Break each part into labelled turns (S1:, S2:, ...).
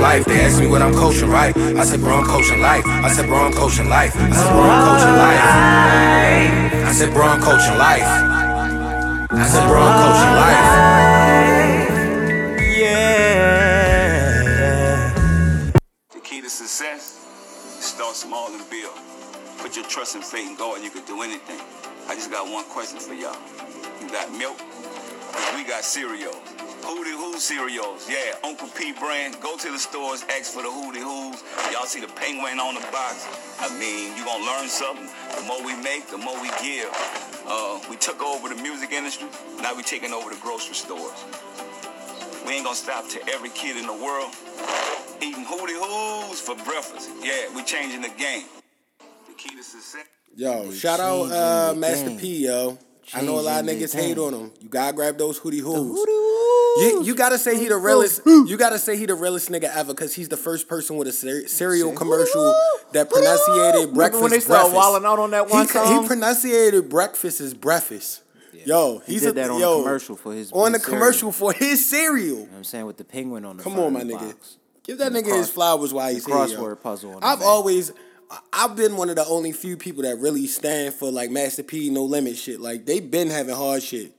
S1: life. They ask me what I'm coaching, right? I said, bro, I'm coaching life. I said, bro, I'm coaching life. I said, bro, I'm coaching life. I said, bro, I'm coaching life. I said, bro, I'm coaching life.
S2: The key to success is start small and build. Put your trust and faith in God. You can do anything. I just got one question for y'all. You got milk? 'Cause we got cereal. Hootie Who cereals. Yeah, Uncle P brand. Go to the stores, ask for the Hootie Who's. Y'all see the penguin on the box. I mean, you gonna learn something. The more we make, the more we give. Uh, we took over the music industry. Now we taking over the grocery stores. We ain't gonna stop till every kid in the world eating Hootie Hoos for breakfast. Yeah, we changing the game. The key to success.
S3: Yo,
S4: They
S3: shout out
S4: changing
S3: uh,
S4: the
S3: Master
S4: game.
S3: P, yo. I know a lot of
S4: Changing the
S3: niggas hate
S4: game.
S3: on him. You gotta grab those hootie hoos. You,
S4: You,
S3: you gotta say he the realest. You gotta say he the realest nigga ever, cause he's the first person with a cer- cereal commercial that pronunciated breakfast.
S5: Remember when they started
S3: breakfast.
S5: wilding out on that one
S3: he,
S5: song?
S3: He pronunciated breakfast as breakfast. Yo,
S4: He
S3: he's
S4: did
S3: a,
S4: that on the
S3: yo,
S4: commercial for his-
S3: on the
S4: his cereal.
S3: commercial for his cereal.
S4: know what I'm saying with the penguin on the
S3: Come
S4: front
S3: on, my
S4: of the
S3: nigga.
S4: box.
S3: Give that
S4: And the
S3: nigga his
S4: cross-
S3: flowers while he's
S4: the
S3: here. yo.
S4: crossword puzzle on the
S3: I've
S4: back.
S3: always, I- I've been one of the only few people that really stand for like Master P, No Limit shit. Like they been having hard shit.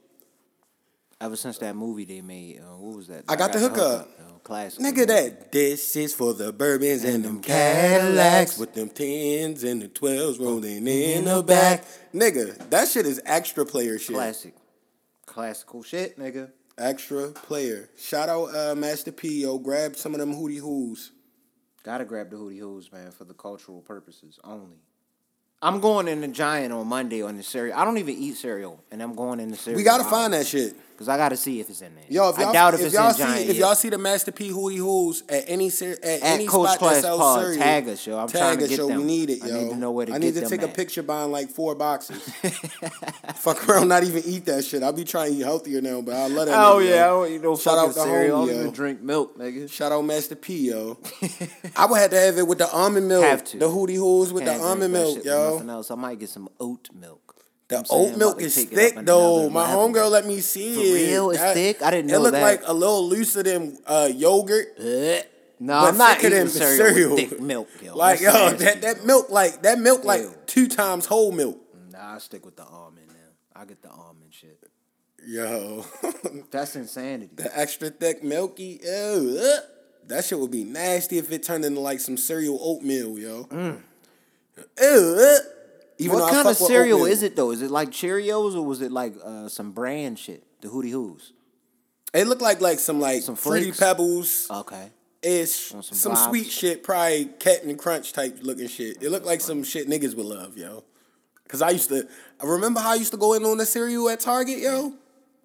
S4: Ever since that movie they made, uh, what was that?
S3: I Got the Hookup.
S4: yo, classic.
S3: Nigga, that this is for the bourbons and them Cadillacs with them tens and the twelves
S4: Oh,
S3: rolling in the back. Nigga, that shit is extra player shit.
S4: classic, classical shit, nigga.
S3: Extra player. Shout out uh, Master P, yo. Grab some of them hootie hoos.
S4: Gotta grab the hootie hoos, man, for the cultural purposes only. I'm going in the giant on Monday on the cereal. I don't even eat cereal, and I'm going in the cereal.
S3: We gotta find that shit.
S4: because I gotta see if it's in there.
S3: Yo, if y'all,
S4: I doubt if,
S3: if
S4: it's
S3: y'all
S4: in
S3: see
S4: giant.
S3: if
S4: yet.
S3: y'all see the Master P Hootie Hoos at any ser- at, any
S4: Coach
S3: spot
S4: Class
S3: that sells
S4: Pod,
S3: cereal,
S4: tag us, yo. I'm trying to get
S3: yo. We
S4: them.
S3: need it,
S4: I
S3: yo.
S4: need to know where to
S3: I need
S4: get
S3: to
S4: them
S3: take a
S4: at.
S3: picture buying like four boxes. Fuck around, not even eat that shit. I'll be trying to eat healthier now, but I love that.
S4: Oh
S3: nigga,
S4: yeah, I
S3: yo.
S4: don't eat no
S3: Shout
S4: fucking
S3: out to
S4: cereal.
S3: homie,
S4: I don't
S3: yo.
S4: even drink milk, nigga.
S3: Shout out Master P, yo. I would have to have it with the almond milk,
S4: Have to.
S3: the Hootie Hoos with the
S4: Can't drink
S3: almond
S4: that
S3: milk,
S4: shit with
S3: yo.
S4: Nothing else. I might get some oat milk.
S3: The
S4: I'm saying,
S3: oat
S4: about
S3: milk
S4: to
S3: is
S4: take it up
S3: thick
S4: another
S3: though. My
S4: level.
S3: homegirl let me see
S4: For
S3: it.
S4: real? It's
S3: That-
S4: thick? I didn't know
S3: It looked
S4: that.
S3: like a little looser than uh, yogurt.
S4: Bleh. No,
S3: But
S4: I'm not
S3: thicker than
S4: eating
S3: the
S4: cereal,
S3: cereal.
S4: with thick milk, yo.
S3: Like
S4: That's
S3: yo,
S4: nasty,
S3: that, that
S4: yo.
S3: milk like that milk
S4: Ew.
S3: like two times whole milk.
S4: Nah, I stick with the almond now. I get the almond shit.
S3: Yo,
S4: That's insanity.
S3: the extra thick milky. Ew, ugh. that shit would be nasty if it turned into like some cereal oatmeal, yo. Ew, ugh. Even
S4: Mm. what
S3: though I
S4: kind of
S3: fuck with
S4: cereal
S3: oatmeal.
S4: is it though? Is it like Cheerios or was it like uh, some brand shit? The Hootie Hoos.
S3: It looked like like some like
S4: Some
S3: fruity
S4: flakes?
S3: pebbles
S4: Okay.
S3: ish,
S4: on
S3: some,
S4: some vibes.
S3: sweet shit, probably cat and crunch type looking shit. It looked like some shit niggas would love, yo. Cause I used to I remember how I used to go in on the cereal at Target, yo.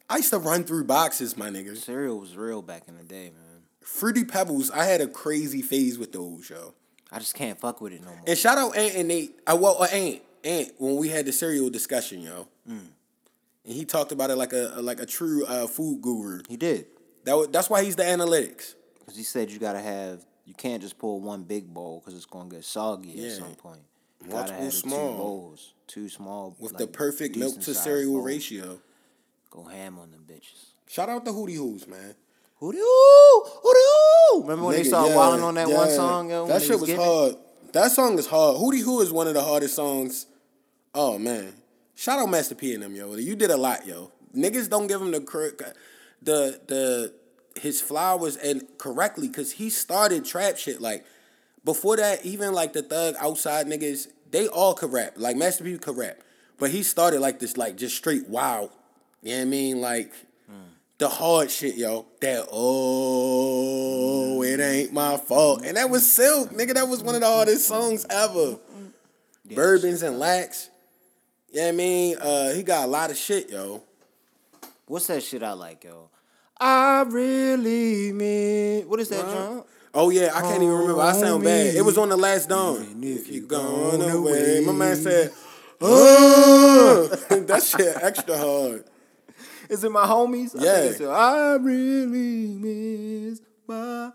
S3: I used to run through boxes, my niggas.
S4: Cereal was real back in the day, man.
S3: Fruity Pebbles, I had a crazy phase with those, yo.
S4: I just can't fuck with it no more.
S3: And shout out Aunt and Nate. I well, uh, Aunt, Aunt, when we had the cereal discussion, yo.
S4: Mm.
S3: And he talked about it like a like a true uh, food guru.
S4: he did.
S3: That wa- that's why he's the analytics.
S4: Because he said you gotta have, you can't just pull one big bowl because it's gonna get soggy at
S3: Yeah.
S4: some point. You gotta
S3: Multiple
S4: have the
S3: small.
S4: two bowls, two small
S3: With
S4: like,
S3: the perfect milk to
S4: decent-sized
S3: cereal
S4: bowls.
S3: ratio.
S4: Go ham on them bitches.
S3: Shout out to Hootie Hoos, man.
S4: Hoo doo, hoo doo. Remember when they
S3: Nigga,
S4: started
S3: yeah,
S4: wilding on that one
S3: yeah.
S4: song? Yo, when
S3: that
S4: they
S3: shit was,
S4: getting it?
S3: hard. That song is hard. Hootie Who is one of the hardest songs. Oh man, shout out Master P and them, yo. You did a lot, yo. Niggas don't give him the cor- the the his flowers and correctly because he started trap shit like before that. Even like the thug outside niggas, they all could rap. Like Master P could rap, but he started like this, like just straight wild. You know what I mean? Like the hard shit, yo. That oh, it ain't my fault, and that was Silk, nigga. That was one of the hardest songs ever. Bourbons and lax. Yeah, I mean, uh, he got a lot of shit, yo.
S4: What's that shit I like, yo? I really mean. What is that, John?
S3: Oh yeah, I can't even remember. I sound bad. It was on the last dawn. If you gone away, my man said, oh. that shit extra hard.
S4: Is it my homies? I think
S3: Yeah.
S4: it's, I really miss my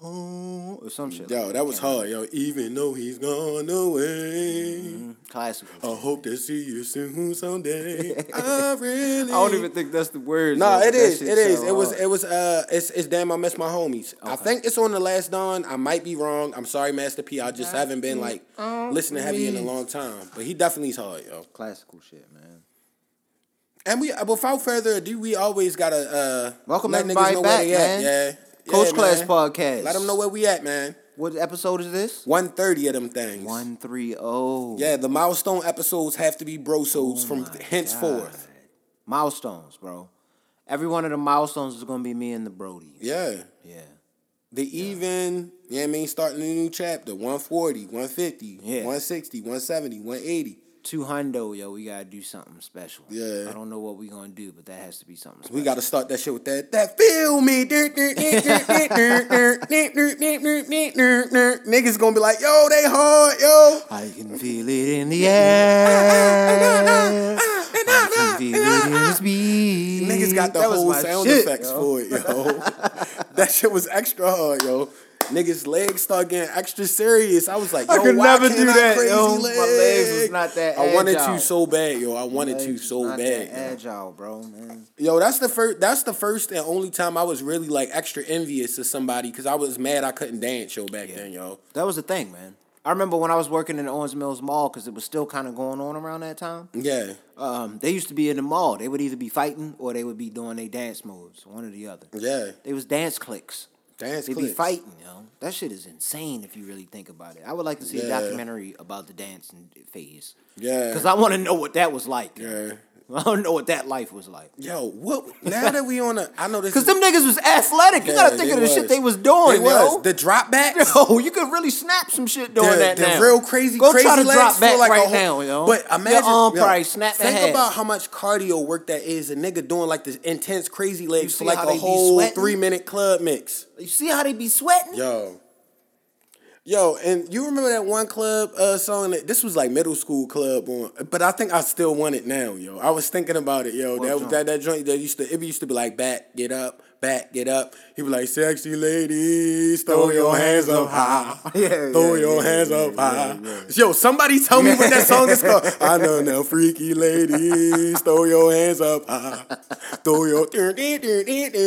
S4: home or some shit. like
S3: Yo, that was hard, yo. Even though he's gone away,
S4: that. classical.
S3: I hope to see you soon someday. I really.
S4: I don't even think that's the words.
S3: No,
S4: though,
S3: it
S4: but that
S3: is.
S4: shit
S3: It is.
S4: sound
S3: It was.
S4: hard.
S3: It was. Uh, it's. It's damn. I miss my homies. I think it's on the last dawn. I might be wrong. I'm sorry, Master P. I just haven't been like listening heavy in a long time. But he definitely is hard, yo.
S4: classical shit, man.
S3: And we, without further ado, we always gotta uh,
S4: Welcome
S3: let
S4: everybody
S3: niggas know
S4: back,
S3: where they
S4: man.
S3: at. Yeah,
S4: Coach
S3: Yeah,
S4: Class
S3: man.
S4: Podcast.
S3: Let them know where we at, man.
S4: What episode is this?
S3: One thirty of them things.
S4: One three oh. zero.
S3: Yeah, the milestone episodes have to be
S4: Oh
S3: brosos from henceforth.
S4: Milestones, bro. Every one of the milestones is gonna be me and the Brody.
S3: Yeah.
S4: Yeah.
S3: The even, yeah, I mean, starting a new chapter 140, 150,
S4: Yeah.
S3: 160, 170, 180.
S4: Two hundo, yo, we gotta do something special.
S3: Yeah.
S4: I don't know what we gonna do, but that has to be something special.
S3: We got to start that shit with that. That feel me. Niggas gonna be like, yo, they hard, yo.
S4: I can feel it in the air. I can feel it in the speed.
S3: Niggas got the
S4: Mm, That was
S3: whole
S4: my
S3: sound
S4: shit,
S3: effects
S4: yo.
S3: for it, yo. that shit was extra hard, yo. Niggas' legs start getting extra serious. I was like, yo,
S4: I could
S3: why
S4: never
S3: can't
S4: do
S3: I
S4: that,
S3: crazy
S4: yo.
S3: Leg?
S4: My legs was not that
S3: I wanted
S4: agile.
S3: you so bad, yo. I wanted you so
S4: Not
S3: bad.
S4: that
S3: yo.
S4: agile, bro, man.
S3: Yo, that's the first. That's the first and only time I was really like extra envious of somebody because I was mad I couldn't dance. Yo, back then, yo.
S4: That was the thing, man. I remember when I was working in the Owens Mills Mall because it was still kind of going on around that time.
S3: Yeah,
S4: Um, they used to be in the mall. They would either be fighting or they would be doing their dance moves, one or the other.
S3: yeah.
S4: They was dance clicks.
S3: Dance
S4: They
S3: clicks.
S4: be fighting, yo. That shit is insane if you really think about it. I would like to see a
S3: Yeah.
S4: documentary about the dancing phase.
S3: Yeah.
S4: Cause I want to know what that was like.
S3: Yeah.
S4: I don't know what that life was like.
S3: Yo, what? Now that we on a, I know this.
S4: Cause
S3: is-
S4: them niggas was athletic. You
S3: Yeah,
S4: gotta think
S3: they
S4: of the shit
S3: was.
S4: they was doing,
S3: They
S4: yo.
S3: was the drop back.
S4: Yo, you could really snap some shit doing
S3: the,
S4: that
S3: the
S4: now.
S3: real crazy,
S4: Go
S3: crazy
S4: try to
S3: legs
S4: drop back
S3: feel like a
S4: right now,
S3: whole-
S4: yo.
S3: But imagine,
S4: your arm
S3: yo,
S4: probably snap the
S3: think
S4: head.
S3: about how much cardio work that is. A nigga doing like this intense crazy legs for
S4: see
S3: like
S4: how
S3: a
S4: they be
S3: whole
S4: sweating?
S3: three minute club mix.
S4: you see how they be sweating?
S3: Yo. Yo, and you remember that one club uh, song? That, this was like middle school club on, but I think I still want it now, yo. I was thinking about it, yo. That,
S4: joint?
S3: that that joint that used to it used to be like back, get up, back, get up. He was like, sexy ladies, throw your hands up high,
S4: Yeah,
S3: throw
S4: yeah,
S3: your
S4: yeah,
S3: hands
S4: yeah,
S3: up
S4: yeah,
S3: high.
S4: yeah.
S3: Yo, somebody tell me what that song is called. I know now, freaky ladies, throw your hands up high, throw your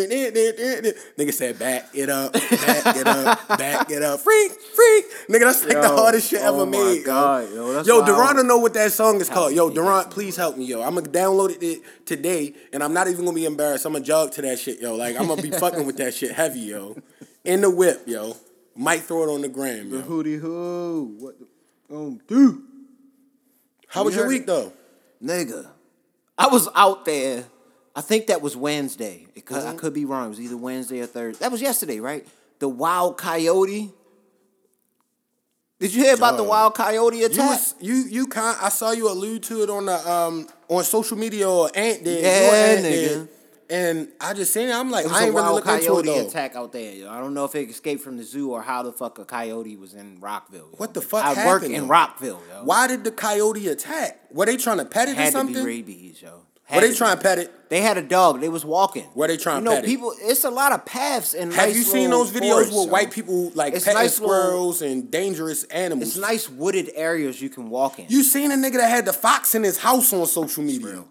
S3: nigga said back it up, back it up, back it up, freak, freak. Nigga, that's like the
S4: Yo,
S3: hardest shit ever
S4: oh my
S3: made. yo.
S4: God, yo, that's
S3: yo,
S4: why I
S3: Durant
S4: don't-
S3: don't know what that song is called. Yo,
S4: me,
S3: Durant, please help me, yo. I'm gonna download it today, and I'm not even gonna be embarrassed. I'm gonna jog to that shit, yo. Like I'm gonna be fucking with that shit heavy, yo. In the whip, yo. Might throw it on the gram, yo.
S4: Hootie hoo. What the oh
S3: um,
S4: dude.
S3: How was
S4: You
S3: your
S4: heard
S3: week though?
S4: Nigga. I was out there. I think that was Wednesday. It could, I
S3: Mm-hmm.
S4: could be wrong. It was either Wednesday or Thursday. That was yesterday, right? The wild coyote. Did you hear about the
S3: Dog.
S4: wild coyote
S3: You
S4: attack?
S3: was, you you kind I saw you allude to it on the um on social media or Ant did.
S4: Yeah,
S3: Your Ant
S4: nigga.
S3: did. And I just seen it. I'm like,
S4: It was
S3: I
S4: a
S3: ain't really
S4: wild
S3: look into it
S4: coyote
S3: though.
S4: attack out there. yo. I don't know if it escaped from the zoo or how the fuck a coyote was in Rockville. yo.
S3: What the fuck
S4: I work
S3: happened,
S4: in
S3: though?
S4: Rockville. Yo.
S3: Why did the coyote attack? Were they trying to pet it or
S4: Had to be
S3: something?
S4: rabies, yo.
S3: Were
S4: Had
S3: they
S4: to
S3: trying
S4: be.
S3: to pet it?
S4: They had a dog. They was walking.
S3: Were they trying
S4: You
S3: to
S4: know,
S3: pet it?
S4: people. It's a lot of paths and.
S3: Have
S4: nice
S3: you seen
S4: little
S3: those videos
S4: forests,
S3: where
S4: yo.
S3: white people like
S4: It's
S3: petting
S4: nice little-
S3: squirrels and dangerous animals?
S4: It's nice wooded areas you can walk in.
S3: You seen a nigga that had the fox in his house on social media?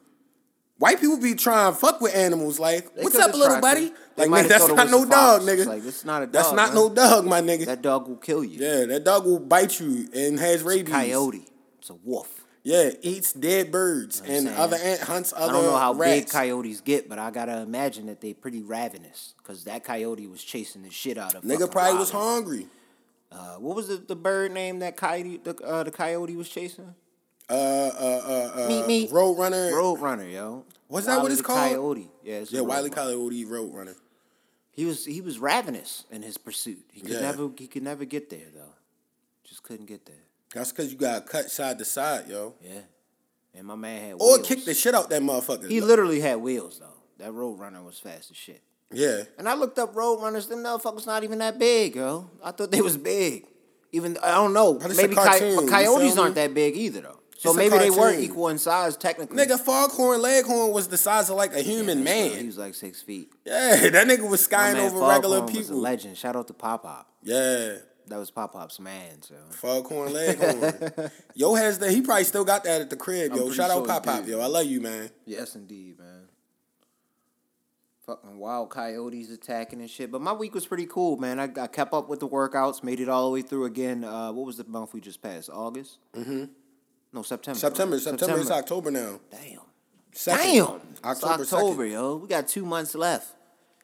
S3: White people be trying to fuck with animals. Like,
S4: They
S3: what's
S4: could've
S3: up, little
S4: tried
S3: buddy?
S4: to. They
S3: Like,
S4: might
S3: nigga,
S4: have
S3: that's
S4: thought it
S3: not
S4: was a
S3: no dog,
S4: fox.
S3: nigga.
S4: Like, it's not a
S3: That's
S4: dog,
S3: not
S4: man.
S3: no dog, my nigga.
S4: that dog will kill you.
S3: yeah, that dog will bite you and has rabies.
S4: Coyote. It's a wolf.
S3: Yeah, eats dead birds
S4: I'm
S3: and
S4: saying?
S3: other ant hunts other
S4: I don't know how big
S3: rats.
S4: coyotes get, but I gotta imagine that they pretty ravenous. Cause that coyote was chasing the shit out of
S3: Nigga
S4: fucking
S3: probably was
S4: Robin.
S3: hungry.
S4: Uh, what was the, the bird name that coyote the uh, the coyote was chasing?
S3: Uh, uh, uh, uh,
S4: Meet me.
S3: Roadrunner.
S4: Roadrunner, yo.
S3: Was that what
S4: Wile E.
S3: it's
S4: the
S3: called?
S4: Coyote. Yeah, it's a
S3: yeah, Wiley
S4: Roadrunner.
S3: Coyote Roadrunner.
S4: He was he was ravenous in his pursuit. He could
S3: Yeah.
S4: never he could never get there though. Just couldn't get there.
S3: That's because you got to cut side to side, yo.
S4: Yeah. And my man had
S3: Or
S4: wheels.
S3: kick the shit out that motherfucker.
S4: He literally had wheels though. That Roadrunner was fast as shit.
S3: yeah.
S4: And I looked up Roadrunners. Them motherfuckers not even that big, yo. I thought they was big. Even I don't know.
S3: But it's a
S4: Maybe coy-
S3: cartoon,
S4: but
S3: you
S4: coyotes
S3: feel
S4: aren't
S3: me?
S4: that big either though. So
S3: It's a
S4: maybe they were
S3: cartoon.
S4: equal in size technically.
S3: Nigga, Foghorn Leghorn was the size of like a human
S4: He
S3: man.
S4: was like six feet.
S3: Yeah, that nigga was
S4: My
S3: skying
S4: man
S3: over regular
S4: Foghorn was a
S3: people.
S4: legend. Shout out to Pop Pop.
S3: yeah,
S4: That was Pop Pop's man. So
S3: Foghorn Leghorn. yo has that. He probably still got that at the crib.
S4: I'm
S3: yo,
S4: pretty
S3: shout
S4: sure
S3: out
S4: he
S3: Pop Pop.
S4: did.
S3: Yo, I love you, man.
S4: yes, indeed, man. Fucking wild coyotes attacking and shit. But my week was pretty cool, man. I, I kept up with the workouts, made it all the way through again. Uh, what was the month we just passed? August. Mm-hmm. No, September.
S3: September,
S4: right?
S3: September, it's October now.
S4: Damn.
S3: Second.
S4: Damn.
S3: October.
S4: it's October,
S3: 2nd.
S4: yo. We got two months left.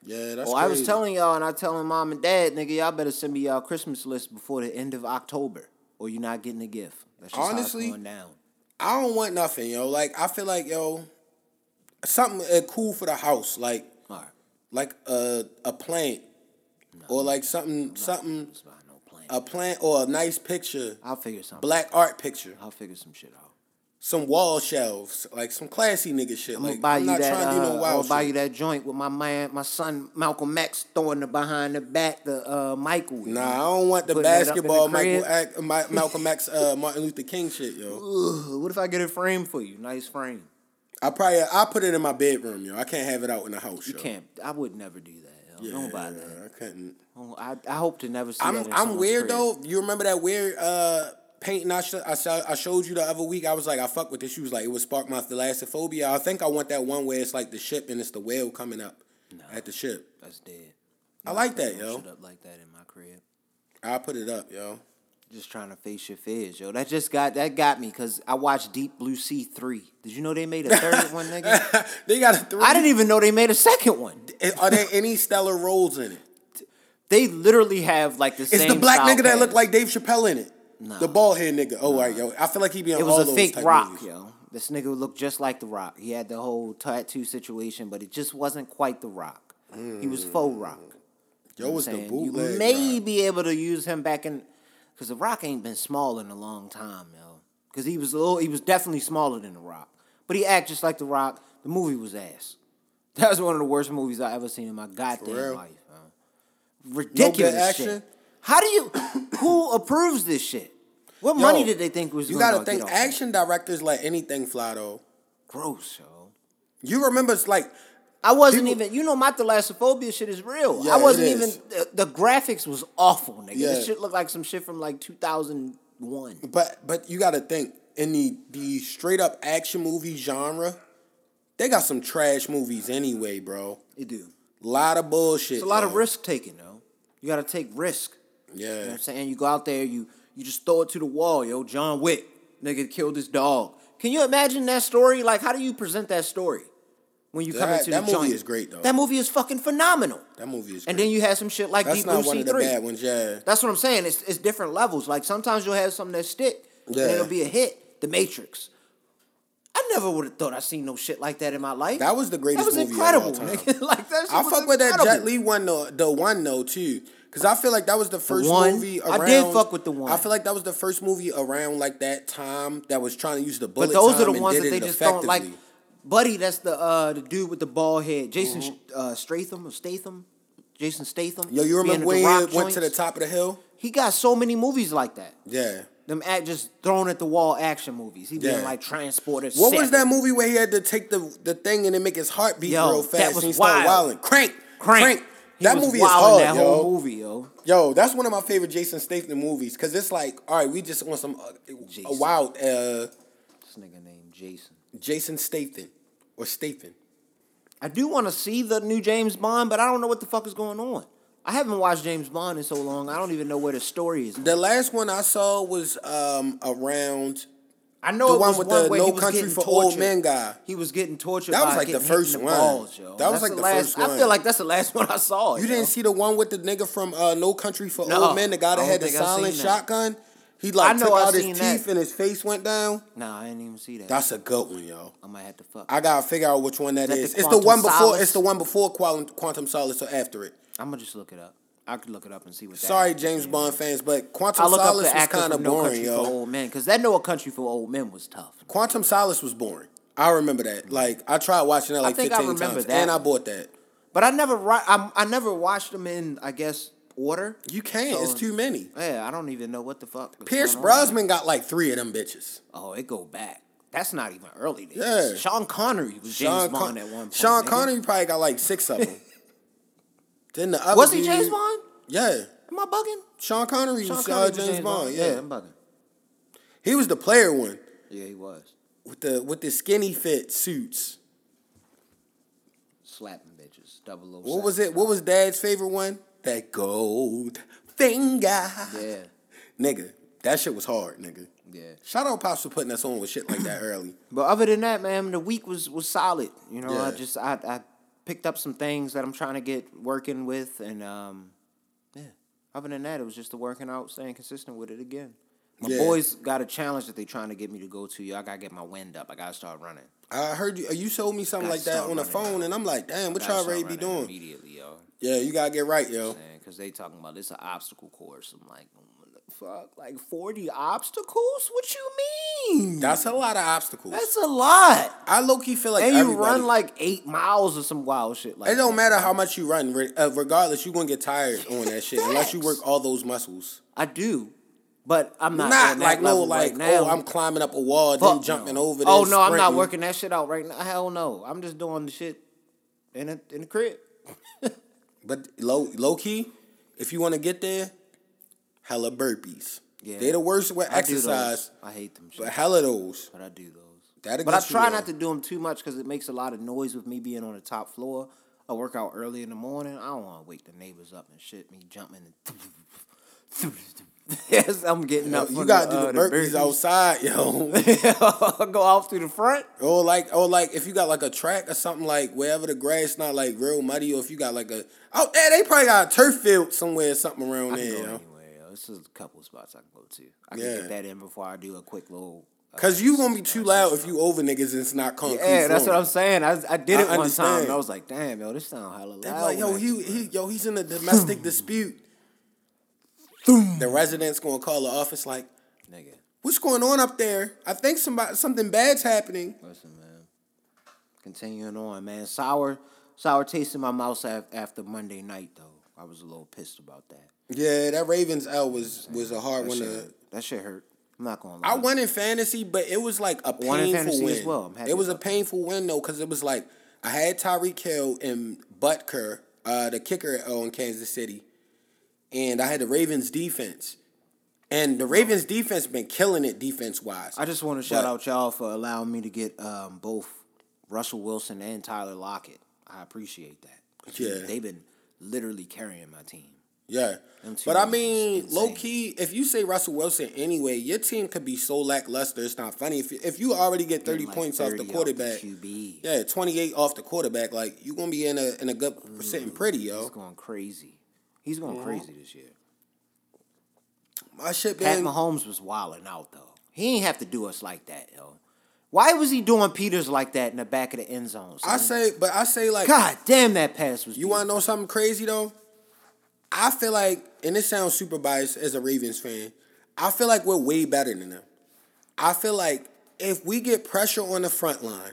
S3: Yeah, that's.
S4: Well, I was
S3: crazy.
S4: telling y'all, and I telling mom and dad, nigga, y'all better send me y'all Christmas list before the end of October, or you're not getting a gift. That's just Honestly,
S3: Honestly,
S4: how it's going down.
S3: I don't want nothing, yo. Like I feel like yo, something uh, cool for the house, like
S4: All right,
S3: like a a plant, or like something something
S4: it's fine, no plan.
S3: a plant or a nice picture,
S4: I'll figure something.
S3: black art picture,
S4: I'll figure some shit out.
S3: some wall shelves, like some classy nigga shit.
S4: I'm gonna
S3: like
S4: buy
S3: I'm
S4: you
S3: not
S4: that.
S3: trying to do
S4: uh,
S3: no
S4: I'm
S3: wild
S4: gonna buy
S3: shit.
S4: you that joint with my man, my son Malcolm X throwing the behind the back the uh, Michael.
S3: Nah, I don't want the
S4: Putting that up in the
S3: basketball Michael
S4: crib.
S3: Ac- Ma- Malcolm X uh, Martin Luther King shit, yo.
S4: Ugh, what if I get it framed for you? Nice frame.
S3: I probably I put it in my bedroom, yo. I can't have it out in the house.
S4: You
S3: yo.
S4: can't. I would never do that. Yo. Don't buy that.
S3: I couldn't.
S4: Oh, I, I hope to never see that.
S3: I'm
S4: in
S3: I'm
S4: someone's
S3: weird
S4: crib.
S3: though. You remember that weird uh painting I, sh- I sho- I showed you the other week? I was like, I fuck with this. She was like, it would spark my thalassophobia. I think I want that one where it's like the ship and it's the whale coming up at the ship.
S4: That's dead.
S3: I like that,
S4: Yo.
S3: yo.
S4: Shit up like that in my crib.
S3: I put it up, yo.
S4: Just trying to face your fears, yo. That just got that got me because I watched Deep Blue Sea three. Did you know they made a third one, nigga?
S3: They got a three.
S4: I didn't even know they made a second one.
S3: Are there any stellar roles in it?
S4: They literally have like the same.
S3: It's the black
S4: style
S3: nigga that
S4: pattern.
S3: looked like Dave Chappelle in it. The bald head nigga. Oh, right, yo. I feel like he be on
S4: it
S3: all
S4: was a
S3: those
S4: fake
S3: type
S4: rock,
S3: movies.
S4: yo. This nigga looked just like the Rock. He had the whole tattoo situation, but it just wasn't quite the Rock. He was faux Rock.
S3: Yo, was the
S4: saying? You
S3: bootleg.
S4: may
S3: Rock.
S4: be able to use him back in, because the Rock ain't been small in a long time, yo. Because he was a little, he was definitely smaller than the Rock, but he act just like the Rock. The movie was ass. That was one of the worst movies I ever seen in my
S3: real?
S4: goddamn life. Man. Ridiculous
S3: action?
S4: shit. How do you? who approves this shit? What
S3: Yo,
S4: money did they think was?
S3: You
S4: gonna
S3: gotta
S4: get
S3: think
S4: off that?
S3: action directors let anything fly though.
S4: Gross, yo.
S3: You remember it's like
S4: I wasn't
S3: People-
S4: even, you know, my thalassophobia shit is real.
S3: Yeah,
S4: I wasn't
S3: it
S4: even,
S3: is.
S4: the, the graphics was awful, nigga.
S3: Yeah.
S4: This shit looked like some shit from like 2001.
S3: But but you got to think in the the straight up action movie genre, they got some trash movies anyway, bro.
S4: It do.
S3: Lot of bullshit.
S4: It's a lot of
S3: yo.
S4: risk taking, though. You gotta take risk. You know what
S3: Yeah,
S4: I'm saying? You go out there, you you just throw it to the wall, yo. John Wick, nigga killed his dog. Can you imagine that story? Like, how do you present that story when you come
S3: That-
S4: into
S3: that
S4: the
S3: movie
S4: joint?
S3: is great, though.
S4: That movie is fucking phenomenal.
S3: that movie is.
S4: And
S3: great.
S4: then you have some shit like
S3: that's
S4: Deep
S3: not
S4: Blue
S3: one
S4: Sea
S3: of the
S4: Three.
S3: bad ones. Yeah,
S4: That's what I'm saying. It's it's different levels. Like sometimes you'll have something that stick,
S3: Yeah.
S4: and it'll be a hit. The Matrix. I never would have thought I seen no shit like that in my life.
S3: that was the
S4: that
S3: greatest.
S4: was
S3: movie
S4: incredible,
S3: Of all time.
S4: nigga. like that. Shit
S3: I
S4: was
S3: fuck with that Jet
S4: incredible.
S3: Li one though, the one though too, because I feel like that was the first
S4: one?
S3: movie
S4: I
S3: around.
S4: did fuck with the one.
S3: I feel like that was the first movie around like that time that was trying to use the bullet.
S4: But those
S3: time
S4: are the
S3: and
S4: ones
S3: did
S4: that they
S3: it
S4: just don't like.
S3: effectively.
S4: Buddy, that's the uh, the dude with the bald head, Jason uh, Statham or Statham, Jason Statham.
S3: Mm-hmm. Yo, you
S4: being
S3: remember
S4: at
S3: when
S4: the
S3: he
S4: Rock
S3: went to the
S4: joints.
S3: top of the hill?
S4: He got so many movies like that.
S3: Yeah.
S4: Them act just thrown at the wall action movies. He
S3: Yeah.
S4: been like transported.
S3: What was that movie where he had to take the the thing and it make his heart beat
S4: Yo,
S3: real
S4: that
S3: fast
S4: was
S3: and he started
S4: wild.
S3: wilding? Crank,
S4: Crank. He
S3: That
S4: was
S3: movie is
S4: wild in
S3: hard,
S4: That
S3: yo.
S4: whole movie, yo.
S3: Yo, that's one of my favorite Jason Statham movies because it's like, all right, we just want some uh, a
S4: Jason.
S3: wild uh,
S4: This nigga named Jason.
S3: Jason Statham or Statham.
S4: I do want to see the new James Bond, but I don't know what the fuck is going on. I haven't watched James Bond in so long. I don't even know where the story is.
S3: The last one I saw was um around
S4: I know
S3: the
S4: it
S3: one
S4: was
S3: with
S4: one
S3: the
S4: where
S3: No
S4: he was
S3: Country
S4: getting
S3: for
S4: tortured.
S3: Old Men guy.
S4: He was getting tortured.
S3: That was
S4: by
S3: like the
S4: getting hit in
S3: first
S4: the
S3: one.
S4: Balls, yo.
S3: That was
S4: That's
S3: like the
S4: last,
S3: first
S4: I
S3: one.
S4: feel like that's the last one I saw.
S3: You didn't see the one with the nigga from uh, No Country for
S4: No,
S3: Old Men, the guy
S4: I
S3: that
S4: don't
S3: had the
S4: think I seen
S3: silent
S4: that.
S3: shotgun. He
S4: I
S3: like
S4: know
S3: took
S4: I
S3: out his
S4: seen
S3: teeth
S4: that.
S3: and his face went down.
S4: No, I didn't even see that.
S3: That's a good one, yo.
S4: I might have to fuck.
S3: I
S4: I,
S3: gotta figure out which one
S4: Is that the
S3: is. it's the
S4: Quantum
S3: one before.
S4: Solace?
S3: It's the one before Quantum, Quantum Solace or after it.
S4: am gonna just look it up. I could look it up and see what. that
S3: Sorry,
S4: actor's
S3: James
S4: name
S3: Bond
S4: is.
S3: fans, but
S4: I
S3: Quantum
S4: look up
S3: Solace
S4: the
S3: was
S4: actor
S3: kind
S4: from
S3: of
S4: No
S3: boring,
S4: Country for
S3: yo.
S4: Old Men because that No Country for Old Men was tough.
S3: Quantum Solace was boring. I remember that. Like I tried watching that like
S4: think I
S3: fifteen
S4: remember
S3: times,
S4: that
S3: and I
S4: one.
S3: bought that.
S4: But I never ri- I, I never watched them in I guess order.
S3: You can't.
S4: So- Oh.
S3: it's too many.
S4: Yeah, I don't even know what the fuck. was
S3: Pierce
S4: going on.
S3: Brosnan got like three of them bitches.
S4: Oh, it go back. That's not even early. Days.
S3: Yeah.
S4: Sean Connery was James
S3: Sean,
S4: Bond
S3: Con-
S4: at one point.
S3: Sean
S4: nigga.
S3: Connery probably got like six of them. then the other
S4: was he
S3: dude-
S4: James Bond?
S3: Yeah,
S4: Am I bugging?
S3: Sean Connery
S4: Sean
S3: was
S4: Connery
S3: uh,
S4: was
S3: James, Bond. Yeah.
S4: I'm bugging.
S3: he was the player one
S4: Yeah, he was
S3: with the with the skinny fit suits.
S4: slapping bitches. Double O.
S3: What was it? What was Dad's favorite one? That gold finger,
S4: Yeah,
S3: nigga. That shit was hard, nigga.
S4: yeah.
S3: Shout out Pops for putting us on with shit like that early.
S4: But other than that, man, the week was was solid. You know, I
S3: Yeah.
S4: just I I picked up some things that I'm trying to get working with, and um, yeah. Other than that, it was just the working out, staying consistent with it again. My
S3: Yeah.
S4: boys got a challenge that they trying to get me to go to. Yo, I gotta get my wind up. I gotta start running.
S3: I heard you. uh, You showed me something
S4: Gotta
S3: like that
S4: start
S3: on the
S4: running.
S3: phone, and I'm like, damn, what
S4: Gotta
S3: y'all
S4: start
S3: ready be
S4: running
S3: doing?
S4: immediately, yo?
S3: Yeah, you gotta get right, yo.
S4: Because they talking about it's an obstacle course. I'm like, "Oh, fuck, like forty obstacles? What you mean?
S3: That's a lot of obstacles.
S4: That's a lot.
S3: I low key feel like
S4: and you
S3: everybody-
S4: run like eight miles or some wild shit. Like
S3: It don't
S4: that.
S3: matter how much you run. re- uh, Regardless, you gonna get tired on that shit unless you
S4: Facts.
S3: work all those muscles.
S4: I do, but I'm not,
S3: Not,
S4: on that
S3: like no,
S4: level
S3: like
S4: right now.
S3: oh, I'm climbing up a wall,
S4: Fuck
S3: then jumping
S4: no.
S3: over. This,
S4: Oh no, I'm not
S3: sprinting.
S4: working that shit out right now. Hell no, I'm just doing the shit in a, in the crib.
S3: But low low key, if you want to get there, hella burpees.
S4: Yeah.
S3: they the worst with
S4: I do those.
S3: exercise,
S4: I hate them shit,
S3: but hella those.
S4: but I do those.
S3: That'll
S4: But I
S3: get you
S4: try
S3: there.
S4: not to do them too much because it makes a lot of noise with me being on the top floor. I work out early in the morning. I don't want to wake the neighbors up and shit. Me jumping. And yes, I'm getting up.
S3: You
S4: from
S3: gotta do
S4: uh,
S3: the burpees outside, yo.
S4: burpees. Go off through the front.
S3: Or like, or like, if you got like a track or something, like wherever the grass not like real muddy, or if you got like a out there, they probably got a turf field somewhere, something around
S4: I
S3: there.
S4: can
S3: You
S4: go
S3: know?
S4: anywhere. Yo. This is a couple spots I can go to. I can
S3: Yeah.
S4: get that in before I do a quick little. uh,
S3: Cause you gonna be too loud if you over niggas and it's not concrete.
S4: yeah, that's what
S3: flooring.
S4: I'm saying. I, I did
S3: I
S4: it one time.
S3: understand.
S4: And I was like, damn, yo, this sound hella loud.
S3: They be like, yo,
S4: when I-
S3: he, he, yo, he's in a domestic dispute. The residents gonna call the office like,
S4: nigga,
S3: what's going on up there? I think somebody something bad's happening.
S4: listen, man. Continuing on, man. Sour, sour taste in my mouth af- after Monday night though. I was a little pissed about that.
S3: Yeah, that Ravens L was was a hard
S4: That
S3: one.
S4: shit,
S3: To,
S4: hurt. that shit hurt. I'm not gonna lie.
S3: I won in fantasy, but it was like a
S4: Won in
S3: painful
S4: fantasy
S3: win.
S4: as well. I'm happy
S3: it was a
S4: about that.
S3: painful win though, because it was like I had Tyreek Hill and Butker, uh, the kicker on Kansas City, and I had the Ravens defense, and the Ravens defense been killing it defense wise.
S4: I just want to shout
S3: But-
S4: out y'all for allowing me to get um, both Russell Wilson and Tyler Lockett. I appreciate that. 'Cause
S3: Yeah.
S4: they've been literally carrying my team.
S3: Yeah.
S4: Them two
S3: But I
S4: niggas is
S3: mean,
S4: insane.
S3: low key, if you say Russell Wilson anyway, your team could be so lackluster. It's not funny. If, if you already get 30
S4: Getting, like,
S3: points
S4: 30
S3: off the quarterback,
S4: QB.
S3: yeah, 28 off the quarterback, like you're going to be in a in a good
S4: Mm.
S3: sitting pretty,
S4: He's
S3: yo.
S4: going crazy. He's going crazy this year.
S3: My shit
S4: Pat
S3: been
S4: Mahomes was wilding out though. He ain't have to do us like that, yo. Why was he doing Peters like that in the back of the end zone?
S3: I
S4: son?
S3: say, but I say like
S4: God damn, that pass was.
S3: you want to know something crazy though? I feel like and this sounds super biased as a Ravens fan. I feel like we're way better than them. I feel like if we get pressure on the front line,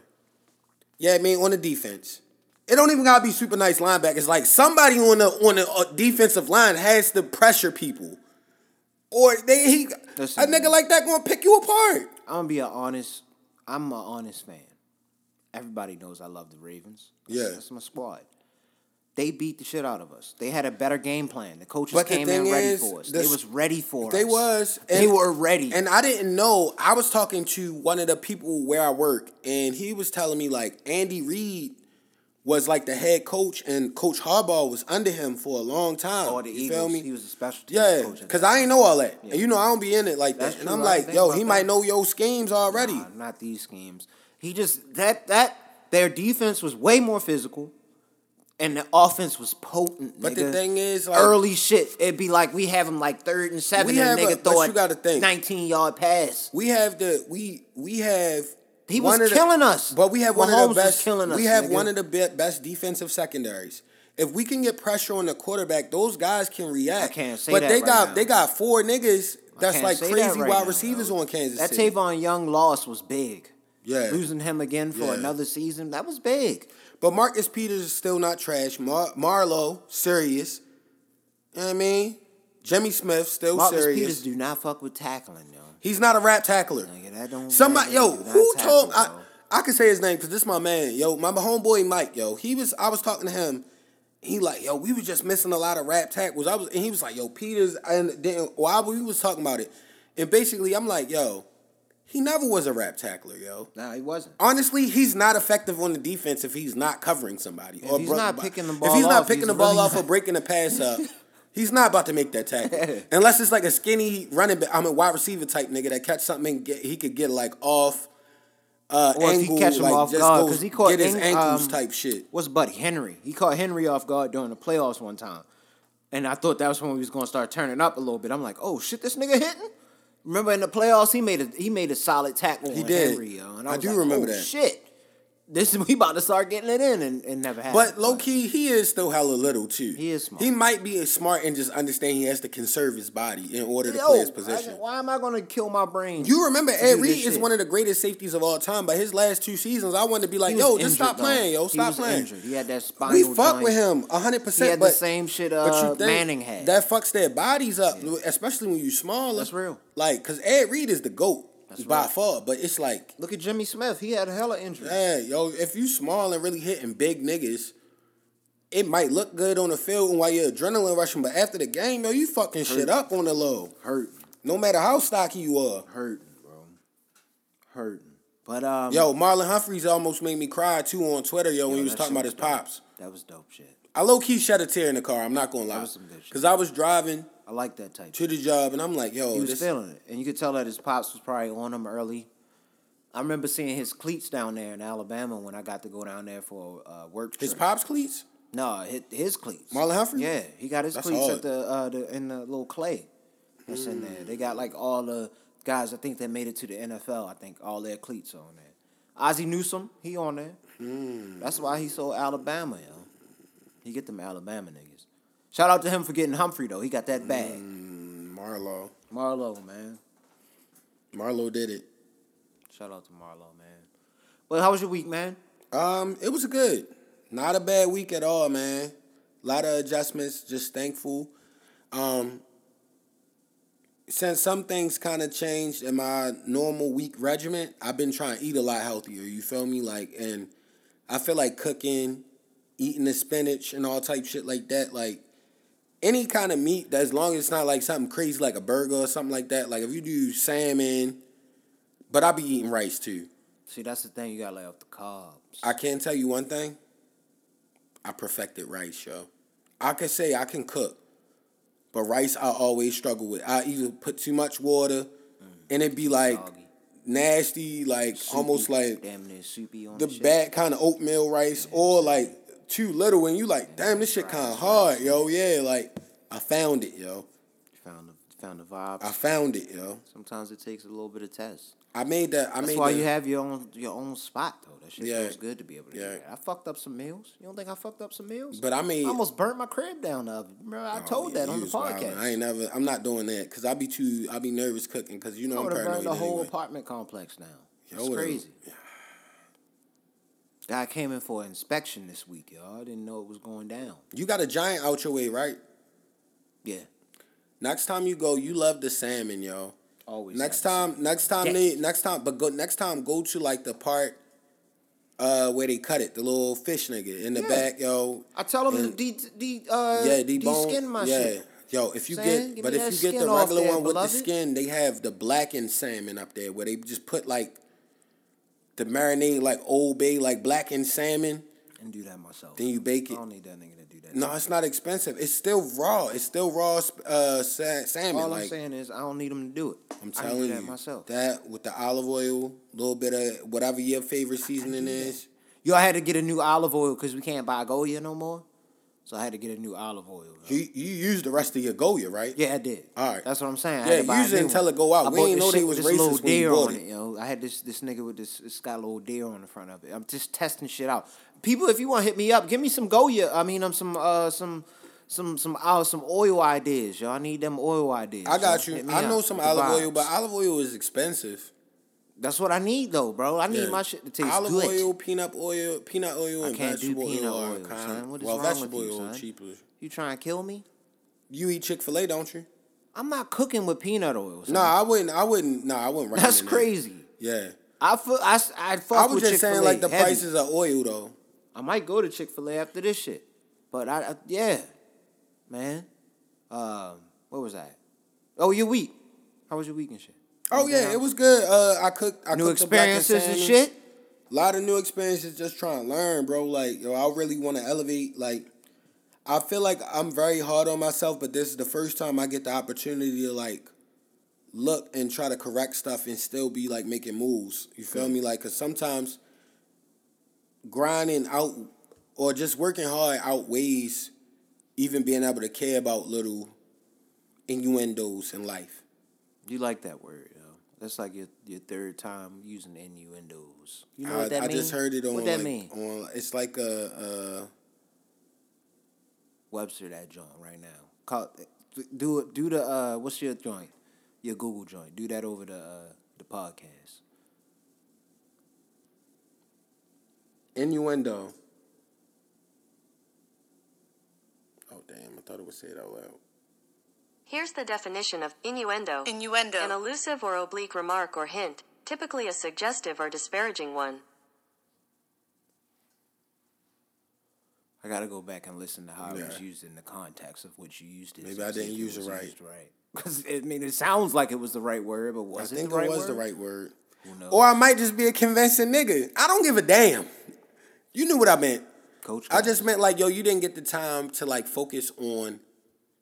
S3: yeah, I mean on the defense. It don't even gotta be super nice linebackers. Like somebody on the on the uh, defensive line has to pressure people, or they he
S4: Listen,
S3: a nigga
S4: man.
S3: like that gonna pick you apart.
S4: I'm gonna be an honest. I'm an honest fan. Everybody knows I love the Ravens. That's-
S3: Yeah.
S4: that's my squad. They beat the shit out of us. They had a better game plan. The coaches
S3: But the
S4: came
S3: thing
S4: in ready
S3: is,
S4: for us.
S3: this-
S4: they was ready for
S3: They
S4: us.
S3: was.
S4: They were ready.
S3: And I didn't know. I was talking to one of the people where I work, and he was telling me like Andy Reid was like the head coach, and Coach Harbaugh was under him for a long time.
S4: Or Oh, the
S3: you
S4: Eagles.
S3: feel me?
S4: He was a special teams
S3: yeah,
S4: coach at
S3: because
S4: that
S3: I ain't know all that,
S4: Yeah.
S3: and you know I don't be in it like
S4: That's
S3: that. And
S4: true.
S3: I'm
S4: I
S3: like,
S4: didn't
S3: yo,
S4: think
S3: he
S4: about
S3: might
S4: that.
S3: know your schemes already.
S4: Nah, not these schemes. He just that that their defense was way more physical, and the offense was potent.
S3: But the
S4: nigga.
S3: thing is, like-
S4: early shit, it'd be like we have him like third and seven,
S3: We
S4: and
S3: have
S4: nigga
S3: a- but
S4: throw
S3: you gotta
S4: a
S3: think.
S4: nineteen yard pass.
S3: We have the we we have.
S4: He
S3: one
S4: was
S3: of the-
S4: killing us.
S3: But we have one
S4: Mahomes
S3: of the
S4: was
S3: best.
S4: killing us,
S3: we have
S4: nigga.
S3: one of the be- best defensive secondaries. If we can get pressure on the quarterback, those guys can react.
S4: I can't say
S3: but
S4: that
S3: they
S4: right
S3: got
S4: now.
S3: they got four niggas
S4: I
S3: that's
S4: can't
S3: like
S4: say that
S3: crazy
S4: right
S3: wide
S4: now,
S3: receivers
S4: though.
S3: on Kansas
S4: That
S3: City.
S4: Tavon Young loss was big.
S3: Yeah.
S4: losing him again for
S3: Yeah.
S4: another season that was big.
S3: But Marcus Peters is still not trash. Mar- Marlowe, serious. You know what I mean? Jimmy Smith still
S4: Marcus
S3: serious.
S4: Peters do not fuck with tackling, yo.
S3: He's not a rap tackler.
S4: Nigga, that don't-
S3: Somebody,
S4: that
S3: yo,
S4: nigga do not
S3: who
S4: tackle,
S3: told I?
S4: bro.
S3: I can say his name because this my man, yo, my homeboy Mike, yo. He was, I was talking to him. He like, yo, we was just missing a lot of rap tackles. I was, and he was like, yo, Peters, and then while we was talking about it, and basically, I'm like, yo, he never was a rap tackler, yo.
S4: Nah, he wasn't.
S3: Honestly, he's not effective on the defense if he's not covering somebody. If or
S4: he's
S3: bro-
S4: not picking the
S3: if
S4: ball
S3: he's not
S4: off,
S3: picking
S4: he's
S3: the ball
S4: really
S3: off or
S4: not-
S3: breaking the pass up, he's not about to make that tackle unless it's like a skinny running. back, I mean, wide receiver type nigga that catch something and get, he could get like off. Uh,
S4: Or if he
S3: angle,
S4: catch him
S3: like,
S4: off
S3: just
S4: guard,
S3: goes-
S4: 'cause he caught
S3: get his
S4: Eng-
S3: ankles
S4: um,
S3: type shit.
S4: What's Buddy Henry? He caught Henry off guard during the playoffs one time, and I thought that was when we was gonna start turning up a little bit. I'm like, oh shit, this nigga hitting. Remember in the playoffs, he made a he made a solid tackle.
S3: He
S4: on
S3: did.
S4: Henry, yo, and I,
S3: I
S4: was
S3: do
S4: like,
S3: remember
S4: oh,
S3: that.
S4: Shit, this is we about to start getting it in, and, and never happened.
S3: But low key, he is still hella little too.
S4: He is smart.
S3: He might be smart and just understand he has to conserve his body in order to
S4: Yo,
S3: play his
S4: I-
S3: position.
S4: why am I gonna kill my brain?
S3: You remember
S4: to do
S3: Ed
S4: this
S3: Reed is
S4: shit?
S3: one of the greatest safeties of all time, but his last two seasons, I wanted to be like,
S4: He was
S3: yo, just stop
S4: injured, though.
S3: playing, yo,
S4: He
S3: stop
S4: was
S3: playing.
S4: injured. He had that spinal.
S3: We fuck
S4: joint.
S3: with him hundred
S4: He
S3: percent,
S4: had
S3: but
S4: the same shit uh,
S3: but you think
S4: Manning had.
S3: that fucks their bodies up, especially when you smaller.
S4: That's real.
S3: Like, cause Ed Reed is the goat
S4: That's
S3: by
S4: real.
S3: far, but it's like,
S4: Look at Jimmy Smith. He had a hella injury.
S3: yeah, yo, if you small and really hitting big niggas, it might look good on the field and while you're adrenaline rushing, but after the game, yo, you fucking shit up on the low.
S4: Hurt,
S3: No matter how stocky you are.
S4: hurt, bro, hurt. But um,
S3: Yo, Marlon Humphreys almost made me cry too on Twitter, yo, when he was
S4: that
S3: talking about his
S4: shit
S3: pops.
S4: that was dope shit.
S3: I low key shed a tear in the car. I'm not gonna lie,
S4: was some good shit.
S3: because I was driving
S4: I like that type.
S3: to
S4: shit.
S3: the job and I'm like, yo,
S4: He was
S3: this.
S4: feeling it, and you could tell that his pops was probably on him early. I remember seeing his cleats down there in Alabama when I got to go down there for a uh, work trip.
S3: His pops cleats?
S4: No, his, his cleats.
S3: Marlon Humphrey?
S4: Yeah, he got his
S3: That's
S4: cleats
S3: hard.
S4: at the, uh, the in the little clay that's in there. They got like all the guys I think that made it to the NFL. I think all their cleats are on there. Ozzie Newsome, he on there.
S3: Hmm.
S4: That's why he sold Alabama, yo. He get them Alabama niggas. Shout out to him for getting Humphrey though. He got that bag.
S3: Hmm. Mm, Marlo.
S4: Marlo, man.
S3: Marlo did it.
S4: Shout out to Marlo, man. Well, how was your week, man?
S3: Um, it was good. Not a bad week at all, man. A lot of adjustments. Just thankful. Um, since some things kind of changed in my normal week regimen, I've been trying to eat a lot healthier. You feel me? Like, and I feel like cooking, eating the spinach and all type shit like that. Like any kind of meat, as long as it's not like something crazy like a burger or something like that. Like if you do salmon, but I be eating rice too.
S4: See, that's the thing you gotta lay off the carbs.
S3: I can tell you one thing. I perfected rice, yo. I can say I can cook, but rice I always struggle with. I either put too much water, and it be like
S4: Soggy.
S3: nasty, like almost
S4: Soupy,
S3: like
S4: damn near soupy on
S3: the
S4: the, shit.
S3: bad kind of oatmeal rice, or like too little, and you like, damn, this shit kind of hard, yo. Yeah, like I found it, yo.
S4: Found the found the vibes.
S3: I found it, yo.
S4: Sometimes it takes a little bit of test.
S3: I made that. I
S4: That's
S3: made
S4: why
S3: the-
S4: you have your own your own spot though. That shit
S3: Yeah.
S4: feels good to be able to
S3: Yeah.
S4: do that. I fucked up some meals. You don't think I fucked up some meals?
S3: But I mean-
S4: I almost burnt my crib down the oven. Remember I
S3: Oh,
S4: told
S3: yeah,
S4: that
S3: you
S4: on the
S3: was wildin'.
S4: podcast.
S3: I ain't never. I'm not doing that because I be too. I be nervous cooking because you know
S4: I
S3: I am
S4: would have
S3: paranoid.
S4: burned the whole
S3: anyway.
S4: apartment complex down.
S3: Yo,
S4: It's
S3: would've-
S4: crazy. Guy came in for an inspection this week, y'all. I didn't know it was going down.
S3: You got a giant out your way, right?
S4: Yeah,
S3: Next time you go, you love the salmon, yo.
S4: always.
S3: Next
S4: happens.
S3: time, next time
S4: Deck.
S3: they, next time, but go next time, go to like the part, uh, where they cut it, the little fish nigga in the
S4: Yeah.
S3: back, yo.
S4: I tell him to
S3: And-
S4: de de uh
S3: yeah, they bone,
S4: skin my
S3: yeah.
S4: shit.
S3: Yo, if you
S4: Saying,
S3: get,
S4: give
S3: but
S4: me
S3: if
S4: that
S3: you get the
S4: skin off
S3: regular
S4: there,
S3: one with the
S4: beloved.
S3: skin, they have the blackened salmon up there where they just put like the marinade, like Old Bay, like blackened salmon.
S4: And do that myself.
S3: Then you bake
S4: I
S3: it.
S4: don't need that nigga to do that.
S3: No, it's not expensive. It's still raw. It's still raw uh, sa- salmon.
S4: All
S3: like,
S4: I'm saying is I don't need him to do it.
S3: I'm
S4: I can
S3: telling
S4: do that
S3: you,
S4: myself.
S3: that with the olive oil, little bit of whatever your favorite seasoning is.
S4: Yo, I had to get a new olive oil because we can't buy Goya no more. So I had to get a new olive oil. yo.
S3: You you use the rest of your Goya, right?
S4: Yeah, I did.
S3: All right.
S4: That's what I'm saying. I
S3: Yeah,
S4: had to buy a
S3: use it
S4: new
S3: until
S4: one.
S3: it go out.
S4: I
S3: We
S4: bought
S3: ain't
S4: this
S3: know they
S4: shit
S3: was
S4: with this little
S3: racist when you
S4: deer
S3: bought
S4: on
S3: it.
S4: it. yo. I had this this nigga with this it's got a little deer on the front of it. I'm just testing shit out. People, if you want to hit me up, give me some Goya. I mean, um, some uh some some some uh, some oil ideas, yo. I need them oil ideas.
S3: I got
S4: yo.
S3: you.
S4: Hit me
S3: I
S4: up
S3: know
S4: with
S3: some
S4: the
S3: olive oil,
S4: vibes.
S3: but olive oil is expensive.
S4: that's what I need though, bro. I need
S3: Yeah.
S4: my shit to taste
S3: olive
S4: good.
S3: oil, peanut oil, peanut oil,
S4: I
S3: and
S4: can't do
S3: vegetable
S4: peanut
S3: oil. are
S4: oil,
S3: kind-
S4: son. What is
S3: well,
S4: wrong with
S3: vegetable
S4: you,
S3: oil
S4: son?
S3: cheaper.
S4: You trying to kill me?
S3: You eat Chick Fil A, don't you?
S4: I'm not cooking with peanut oil. son.
S3: No, I wouldn't. I wouldn't. No, I wouldn't.
S4: that's
S3: recommend that.
S4: crazy.
S3: Yeah,
S4: I fu- I s- I fuck
S3: I was
S4: with
S3: just
S4: Chick-fil-A
S3: saying like the
S4: heavy.
S3: prices of oil though.
S4: I might go to Chick Fil A after this shit, but I, I yeah, man. Um, what was that? Oh, your week. How was your week and shit?
S3: Oh yeah, it was good. Uh, I cooked. I
S4: New
S3: cooked the black
S4: experiences and
S3: insanity.
S4: shit.
S3: A lot of new experiences. Just trying to learn, bro. Like yo, I really want to elevate. Like I feel like I'm very hard on myself, but this is the first time I get the opportunity to like look and try to correct stuff and still be like making moves. You feel me? Like, cause sometimes grinding out or just working hard outweighs even being able to care about little innuendos in life.
S4: You like that word? Yo. That's like your, your third time using innuendos. You know
S3: I,
S4: what that
S3: I
S4: means?
S3: just heard it on
S4: What that
S3: like,
S4: mean?
S3: on it's like a,
S4: Webster that joint right now. Call do it. Do the uh, what's your joint? Your Google joint. Do that over the uh, the podcast.
S3: a innuendo. Oh damn, I thought it would say it out loud.
S5: Here's the definition of innuendo
S6: Innuendo.
S5: an elusive or oblique remark or hint, typically a suggestive or disparaging one.
S4: I gotta go back and listen to how it was
S3: Yeah.
S4: used in the context of what you used it.
S3: Maybe
S4: to
S3: I
S4: see
S3: didn't
S4: if
S3: use
S4: was
S3: it right.
S4: used right. Because I mean, it sounds like it was the right word, but was
S3: I
S4: it
S3: think
S4: the right
S3: it was
S4: word?
S3: the right word.
S4: Who knows?
S3: Or I might just be a convincing nigga. I don't give a damn. You knew what I meant.
S4: Coach,
S3: I just meant like, yo, you didn't get the time to like focus on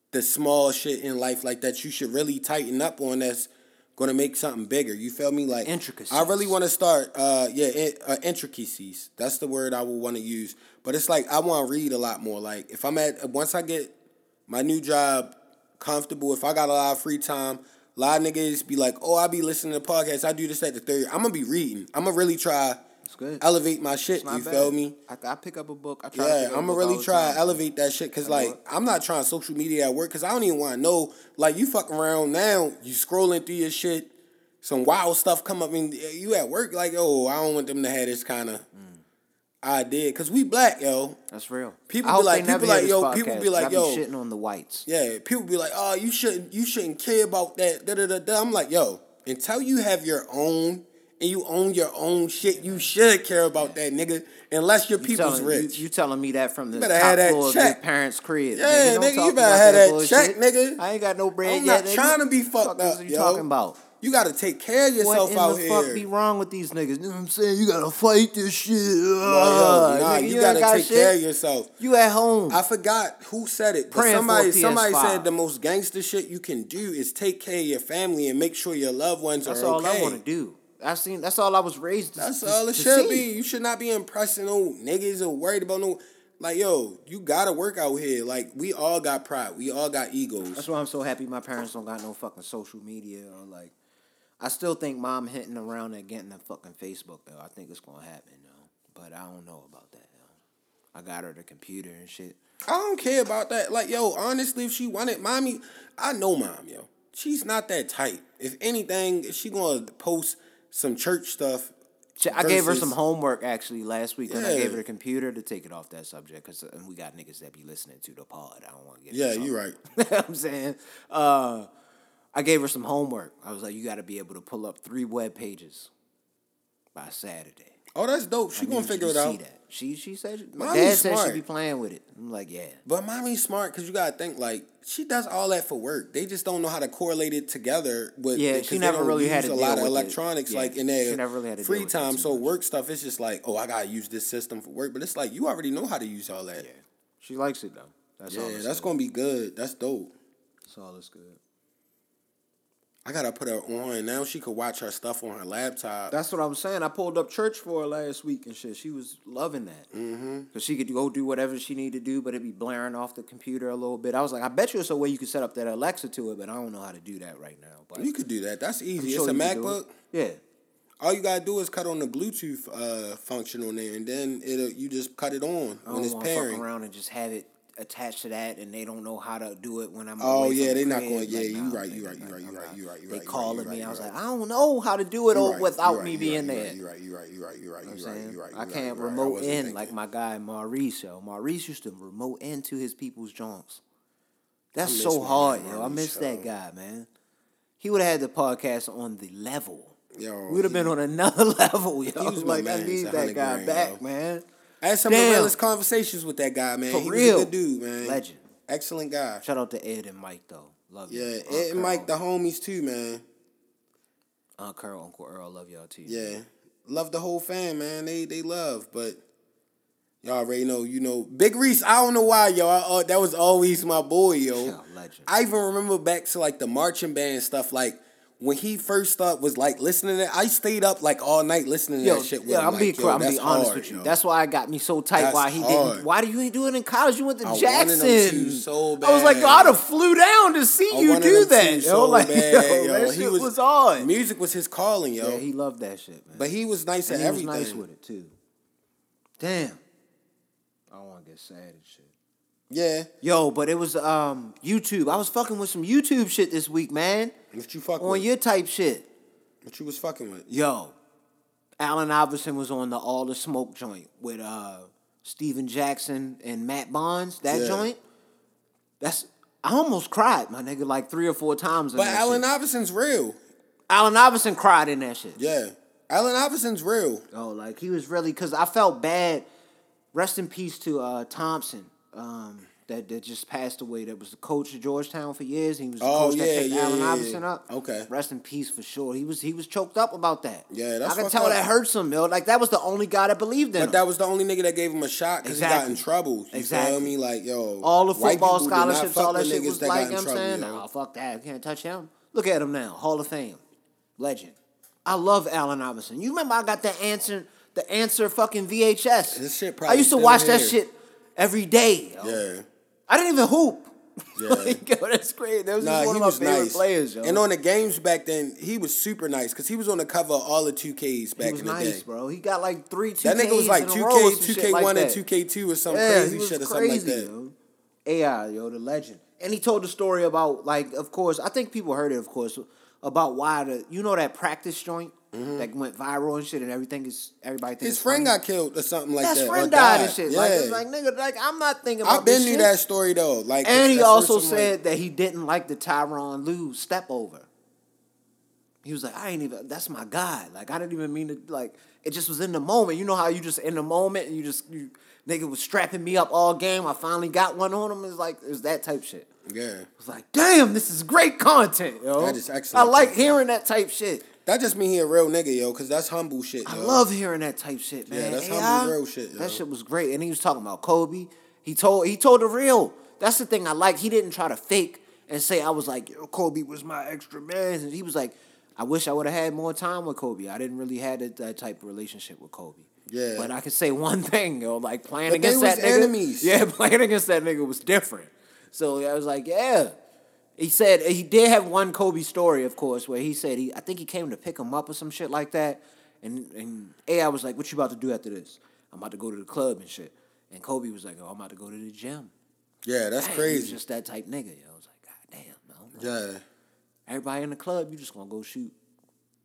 S3: the small shit in life like that you should really tighten up on that's gonna make something bigger. You feel me? Like
S4: Intricacies.
S3: I really want to start. Uh, yeah, in, uh, intricacies. That's the word I would want to use. But it's like I want to read a lot more. Like if I'm at once I get my new job comfortable, if I got a lot of free time. A lot of niggas be like, oh, I be listening to podcasts. I do this at the third. I'm gonna be reading. I'm gonna really try
S4: It's good.
S3: elevate my shit.
S4: It's not
S3: You
S4: bad.
S3: feel me?
S4: I, I pick up a book. I try. to
S3: Yeah,
S4: pick up
S3: I'm
S4: a
S3: gonna
S4: book all
S3: really
S4: the
S3: try
S4: time.
S3: to elevate that shit because,
S4: I know
S3: like,
S4: it.
S3: I'm not trying social media at work because I don't even want to know. Like, you fuck around now, you scrolling through your shit, some wild stuff come up, and eh, you at work, like, oh, I don't want them to have this kind of
S4: Mm.
S3: idea because we black, yo.
S4: That's real.
S3: People
S4: I
S3: be
S4: hope
S3: like-
S4: they never
S3: people
S4: hear
S3: like,
S4: this
S3: yo, people
S4: podcast,
S3: be like,
S4: 'cause I
S3: yo.
S4: be shitting on the whites.
S3: Yeah, people be like, oh, you shouldn't, you shouldn't care about that. Da da da da. I'm like, yo, until you have your own and you own your own shit, you should care about that, nigga. Unless your
S4: You
S3: people's
S4: telling-
S3: rich.
S4: You, you telling me that from the
S3: better
S4: top
S3: have that
S4: floor of your
S3: check.
S4: parents' crib?
S3: Yeah,
S4: don't
S3: nigga, you
S4: talk
S3: better
S4: about
S3: have that
S4: bullshit.
S3: check, nigga.
S4: I ain't got no bread
S3: I'm
S4: yet.
S3: not
S4: nigga.
S3: trying to be fucked
S4: Fuck is
S3: up,
S4: You
S3: yo.
S4: talking about?
S3: You gotta take care of yourself
S4: What in
S3: out
S4: the
S3: here.
S4: fuck be wrong with these niggas? You know what I'm saying? You gotta fight this shit.
S3: Nah, yo, nah,
S4: Nigga,
S3: you,
S4: ain't
S3: gotta
S4: got
S3: take
S4: shit.
S3: care of yourself.
S4: You at home.
S3: I forgot who said it, but
S4: Praying for a
S3: somebody somebody
S4: PS5.
S3: said the most gangster shit you can do is take care of your family and make sure your loved ones
S4: that's
S3: are
S4: all
S3: okay.
S4: I want to do. I seen. That's all I was raised. To,
S3: That's
S4: to-
S3: all it
S4: to see.
S3: should be. You should not be impressing no niggas or worried about no. Like yo, you gotta work out here. Like we all got pride. We all got
S4: That's
S3: egos.
S4: why I'm so happy my parents don't got no fucking social media or like. I still think mom hitting around and getting a fucking Facebook though. I think it's gonna happen though, but I don't know about that. Though. I got her the computer and shit.
S3: I don't care about that. Like yo, honestly, if she wanted mommy, I know mom. Yo, she's not that tight. If anything, she gonna post some church stuff.
S4: Sh- I gave her some
S3: versus-
S4: homework actually last week, and I
S3: Yeah.
S4: gave her the computer to take it off that subject because and we got niggas that be listening to the pod. I don't want to get in
S3: Yeah,
S4: trouble.
S3: you right.
S4: You know what I'm saying? Uh, I gave her some homework. I was like, you got to be able to pull up three web pages by Saturday.
S3: Oh, that's dope.
S4: I
S3: She gonna
S4: need you
S3: figure
S4: to
S3: it
S4: see
S3: out.
S4: That. She she said my
S3: Mommy's
S4: dad said she
S3: smart.
S4: be playing with it. I'm like, yeah,
S3: But mommy's smart because you gotta think like she does all that for work. They just don't know how to correlate it together. With
S4: Yeah,
S3: because
S4: she
S3: they
S4: never
S3: don't
S4: really had to
S3: use a lot
S4: deal
S3: of
S4: with it.
S3: electronics
S4: Yeah,
S3: like in their
S4: she never really had to deal
S3: free
S4: with that
S3: time.
S4: too
S3: So
S4: much.
S3: work stuff, it's just like oh, I gotta use this system for work. But it's like you already know how to use all that.
S4: yeah. She likes it though. That's
S3: Yeah,
S4: all.
S3: that's,
S4: That's, good.
S3: gonna be good. That's dope.
S4: That's all. That's good.
S3: I gotta put her on now. She could watch her stuff on her laptop.
S4: That's what I'm saying. I pulled up church for her last week and shit. She was loving that. Mm-hmm. Cause she could go do whatever she needed to do, but it'd be blaring off the computer a little bit. I was like, I bet you it's a way you could set up that Alexa to it, but I don't know how to do that right now. But
S3: you could do that. That's
S4: I'm
S3: easy.
S4: sure
S3: it's a
S4: you could do
S3: MacBook.
S4: it. Yeah.
S3: All you gotta do is cut on the Bluetooth uh, function on there, and then it'll you just cut it
S4: I
S3: on when
S4: don't
S3: it's
S4: want to fuck
S3: pairing.
S4: around and just have it attached to that, and they don't know how to do it when I'm.
S3: Oh,
S4: away
S3: yeah,
S4: from
S3: they
S4: the
S3: not
S4: crib.
S3: going- yeah, you
S4: nah,
S3: right, you
S4: nigga,
S3: right, you
S4: like,
S3: right, you
S4: I'm
S3: right,
S4: not-
S3: you right, you
S4: They
S3: right, you
S4: calling
S3: right,
S4: me.
S3: you
S4: I was
S3: right.
S4: like, I don't know how to do it all
S3: right,
S4: without
S3: you right,
S4: me
S3: you
S4: being
S3: right,
S4: there.
S3: You right, you right, you right, you right, you right, you right,
S4: saying?
S3: you right. you
S4: I
S3: right,
S4: can't
S3: you right.
S4: remote
S3: wasn't
S4: in
S3: thinking.
S4: like my guy Maurice. Yo, Maurice used to remote into his people's joints. That's
S3: miss
S4: so
S3: my
S4: hard,
S3: man
S4: yo. I
S3: Marley
S4: miss
S3: Show.
S4: that guy, man. He would have had the podcast on the level.
S3: Yo,
S4: we would have been on another level, yo.
S3: Oh, was my
S4: like I
S3: man.
S4: need
S3: It's a
S4: that
S3: hundred
S4: guy
S3: grand,
S4: back,
S3: yo.
S4: man.
S3: I had some of
S4: Damn.
S3: the realest conversations with that guy, man.
S4: For
S3: he
S4: real.
S3: was a good dude, man.
S4: Legend.
S3: Excellent guy.
S4: Shout out to Ed and Mike though. Love you.
S3: Yeah, Ed
S4: Uncle
S3: and Mike,
S4: Earl.
S3: the homies too, man.
S4: Aunt Carl, Uncle Earl, love y'all too.
S3: Yeah, love the whole fan, man. They they love, but y'all already know, you know, Big Reese. I don't know why, yo. I, uh, that was always my boy, yo.
S4: Yeah, legend.
S3: I even remember back to like the marching band stuff, like. When he first up was like listening to that, I stayed up like all night listening to
S4: Yo,
S3: that shit with
S4: yeah,
S3: him.
S4: I'm
S3: like,
S4: being
S3: yo,
S4: cr- I'm
S3: that's
S4: being honest
S3: hard,
S4: with you.
S3: yo.
S4: That's why I got me so tight.
S3: That's
S4: why he
S3: hard.
S4: didn't? Why do you ain't do it in college? You went to
S3: I wanted him
S4: Jackson.
S3: to so
S4: I was like, yo,
S3: bad.
S4: I'd have flew down to see
S3: I
S4: you
S3: wanted
S4: do
S3: him
S4: that.
S3: to
S4: Yo,
S3: so
S4: like,
S3: bad,
S4: yo,
S3: yo.
S4: that
S3: He
S4: shit was,
S3: was-
S4: on.
S3: music was his calling, yo.
S4: Yeah, he loved that shit, man.
S3: but he was nice
S4: and
S3: at
S4: he
S3: everything.
S4: was nice with it too. Damn, I don't want to get sad and shit.
S3: Yeah,
S4: Yo, but it was um YouTube. I was fucking with some YouTube shit this week, man.
S3: what you fucking
S4: On
S3: with?
S4: your type shit.
S3: what you was fucking with?
S4: Yo, Allen Iverson was on the All the Smoke joint with uh Steven Jackson and Matt Bonds. That
S3: Yeah.
S4: joint, that's I almost cried, my nigga, like three or four times. In
S3: But
S4: that
S3: Allen
S4: shit.
S3: Iverson's real.
S4: Allen Iverson cried in that shit.
S3: Yeah, Allen Iverson's real.
S4: Oh, like he was really because I felt bad. Rest in peace to uh, Thompson, um, that that just passed away. That was the coach of Georgetown for years. He was the
S3: Oh,
S4: coach that
S3: yeah,
S4: picked
S3: yeah,
S4: Allen
S3: yeah, yeah.
S4: Iverson up.
S3: Okay.
S4: Rest in peace for sure. He was he was choked up about that.
S3: Yeah, that's
S4: I could
S3: fucked
S4: tell
S3: up.
S4: that hurts him, yo. Like that was the only guy that believed in him.
S3: But that was the only nigga that gave him a shot because he got
S4: Exactly.
S3: in trouble. You
S4: Exactly.
S3: feel me? Like yo,
S4: all the
S3: white
S4: football
S3: people do not
S4: scholarships,
S3: fuck
S4: all that
S3: with
S4: shit
S3: niggas
S4: was
S3: that got
S4: like, you
S3: in
S4: know what I'm
S3: trouble,
S4: saying?
S3: yo.
S4: Nah, fuck that. Can't touch him. Look at him now. Hall of Fame. Legend. I love Allen Iverson. You remember I got the answer, the answer fucking VHS.
S3: This shit
S4: I
S3: probably
S4: used to
S3: still
S4: watch that
S3: here.
S4: shit every day. yo.
S3: Yeah.
S4: I didn't even hoop.
S3: Yeah.
S4: like, yo, that's great. That was
S3: Nah,
S4: just one
S3: he
S4: of my
S3: was
S4: favorite
S3: nice.
S4: players, yo.
S3: And on the games back then, he was super nice because he was on the cover of all the 2Ks back
S4: he was
S3: in the
S4: nice,
S3: day.
S4: bro. He got like three two.
S3: That nigga was like 2K, 2K1, and
S4: two K.
S3: 2K2 or some
S4: he
S3: crazy
S4: was
S3: shit or something like that.
S4: Yo. AI, yo, the legend. And he told the story about, like, of course, I think people heard it, of course, about why the, you know, that practice joint that went viral and shit, and everything is, everybody thinks.
S3: Mm-hmm. His friend got killed or something like
S4: His
S3: that. or
S4: friend died, and
S3: died.
S4: shit.
S3: Yeah.
S4: Like, it's like, nigga, like, I'm not thinking about
S3: I've been
S4: this
S3: knew
S4: shit.
S3: that story though. Like,
S4: And he
S3: at first
S4: also
S3: I'm like,
S4: said that he didn't like the Tyron Lue step over. He was like, I ain't even. That's my guy. Like I didn't even mean to. Like it just was in the moment. You know how you just in the moment and you just you nigga was strapping me up all game. I finally got one on him. It's like it was that type shit. It
S3: yeah.
S4: was like, damn, this is great content, yo.
S3: That is excellent
S4: I like
S3: content.
S4: hearing that type shit.
S3: That just mean he a real nigga, yo, because that's humble shit. Yo.
S4: I love hearing that type shit, man.
S3: Yeah, that's
S4: AI,
S3: humble real shit, yo.
S4: That shit was great. And he was talking about Kobe. He told he told the real. That's the thing I like. He didn't try to fake and say I was like, Yo, Kobe was my extra man. And he was like, I wish I would have had more time with Kobe. I didn't really had that, that type of relationship with Kobe.
S3: Yeah.
S4: But I can say one thing, yo, like playing
S3: But they
S4: against
S3: was
S4: that nigga.
S3: enemies.
S4: Yeah, playing against that nigga was different. So I was like, yeah. He said he did have one Kobe story, of course, where he said he I think he came to pick him up or some shit like that. And and AI was like, What you about to do after this? I'm about to go to the club and shit. And Kobe was like, Oh, I'm about to go to the gym.
S3: Yeah, that's
S4: Dang, He was
S3: crazy.
S4: just that type nigga, yo. I was like, God damn, no.
S3: yeah.
S4: Everybody in the club, you just gonna go shoot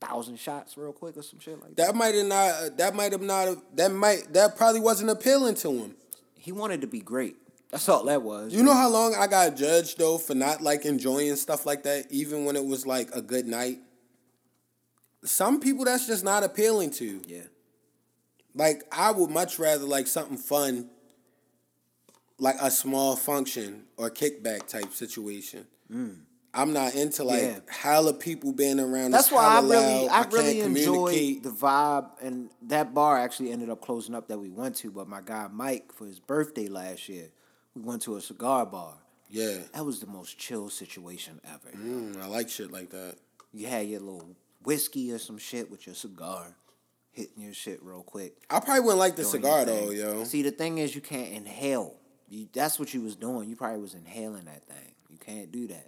S4: thousand shots real quick or some shit like that.
S3: That might have not. That might have not. That might. That probably wasn't appealing to him.
S4: He wanted to be great. That's all that was.
S3: You know how long I got judged though for not like enjoying stuff like that, even when it was like a good night. Some people that's just not appealing to.
S4: Yeah.
S3: Like I would much rather like something fun, like a small function or kickback type situation. I'm not into like
S4: Mm. Yeah.
S3: hella people being around.
S4: That's
S3: It's
S4: why I
S3: hella
S4: really,
S3: loud.
S4: I
S3: can't
S4: really enjoyed
S3: communicate.
S4: the vibe, and that bar actually ended up closing up that we went to. But my guy Mike, for his birthday last year, we went to a cigar bar.
S3: Yeah,
S4: That was the most chill situation ever.
S3: Mm, I like shit like that.
S4: You had your little whiskey or some shit with your cigar, hitting your shit real quick.
S3: I probably wouldn't like the
S4: doing
S3: cigar
S4: your
S3: though,
S4: thing.
S3: yo.
S4: See, the thing is, you can't inhale. You, that's what you was doing. You probably was inhaling that thing. You can't do that.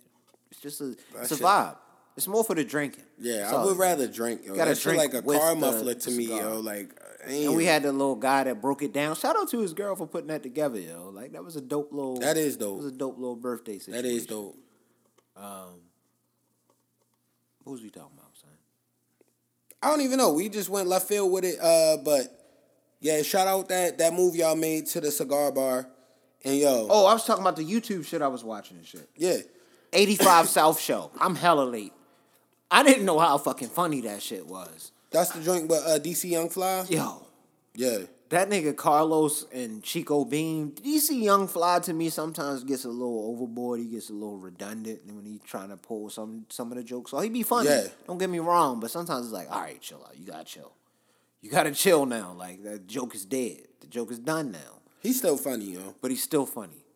S4: It's just a, it's a
S3: shit-
S4: vibe. It's more for the drinking.
S3: Yeah,
S4: That's
S3: I
S4: all
S3: would
S4: it is.
S3: rather drink. Yo.
S4: Gotta
S3: That shit
S4: drink
S3: like a
S4: with
S3: car
S4: the
S3: muffler to me,
S4: cigar.
S3: yo. Like, I
S4: And
S3: ain't-
S4: we had the little guy that broke it down. Shout out to his girl for putting that together, yo. Like that was a dope little.
S3: That is dope.
S4: That was a dope little birthday situation.
S3: that is dope.
S4: What was we talking about, son?
S3: I don't even know. We just went left field with it. Uh, but yeah, shout out that that move y'all made to the cigar bar, And yo,
S4: Oh, I was talking about the YouTube shit I was watching and shit.
S3: yeah.
S4: 85 South Show. I'm hella late. I didn't know how fucking funny that shit was.
S3: That's the joint with uh, DC Young Fly.
S4: Yo,
S3: Yeah.
S4: that nigga Carlos and Chico Bean, DC Young Fly to me sometimes gets a little overboard. He gets a little redundant and when he trying to pull some some of the jokes. Oh, he be funny.
S3: Yeah.
S4: Don't get me wrong, but sometimes it's like, all right, chill out. You gotta chill. You gotta chill now. Like that joke is dead. The joke is done now.
S3: He's still funny, you know.
S4: But he's still funny.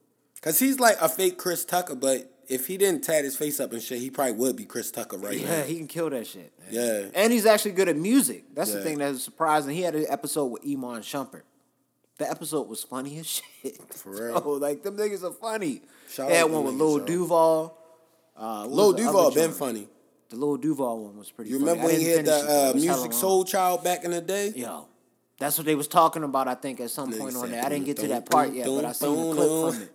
S3: Cause he's like a fake Chris Tucker, but if he didn't tat his face up and shit, he probably would be Chris Tucker right
S4: Yeah,
S3: now.
S4: he can kill that shit. man.
S3: Yeah.
S4: And he's actually good at music. That's the
S3: Yeah.
S4: thing that was surprising. He had an episode with Iman Shumpert. The episode was funny as shit. For
S3: real.
S4: like them niggas are funny.
S3: Shout
S4: they had
S3: out
S4: one with
S3: them
S4: Lil
S3: niggas, yo.
S4: Duval. Uh, what
S3: Lil
S4: was the other
S3: Duval been
S4: joint?
S3: funny.
S4: The Lil Duval one was pretty.
S3: You
S4: funny.
S3: remember
S4: I
S3: when he
S4: didn't
S3: had the
S4: finish it, though.
S3: uh,
S4: It was hella
S3: Music
S4: long.
S3: Soul Child back in the day?
S4: Yo, that's what they was talking about. I think at some
S3: Nigga
S4: point on
S3: said,
S4: there, I didn't get to
S3: "Dun,
S4: that part
S3: dun,
S4: yet,
S3: dun,
S4: but I seen the
S3: dun,
S4: clip
S3: dun."
S4: from it,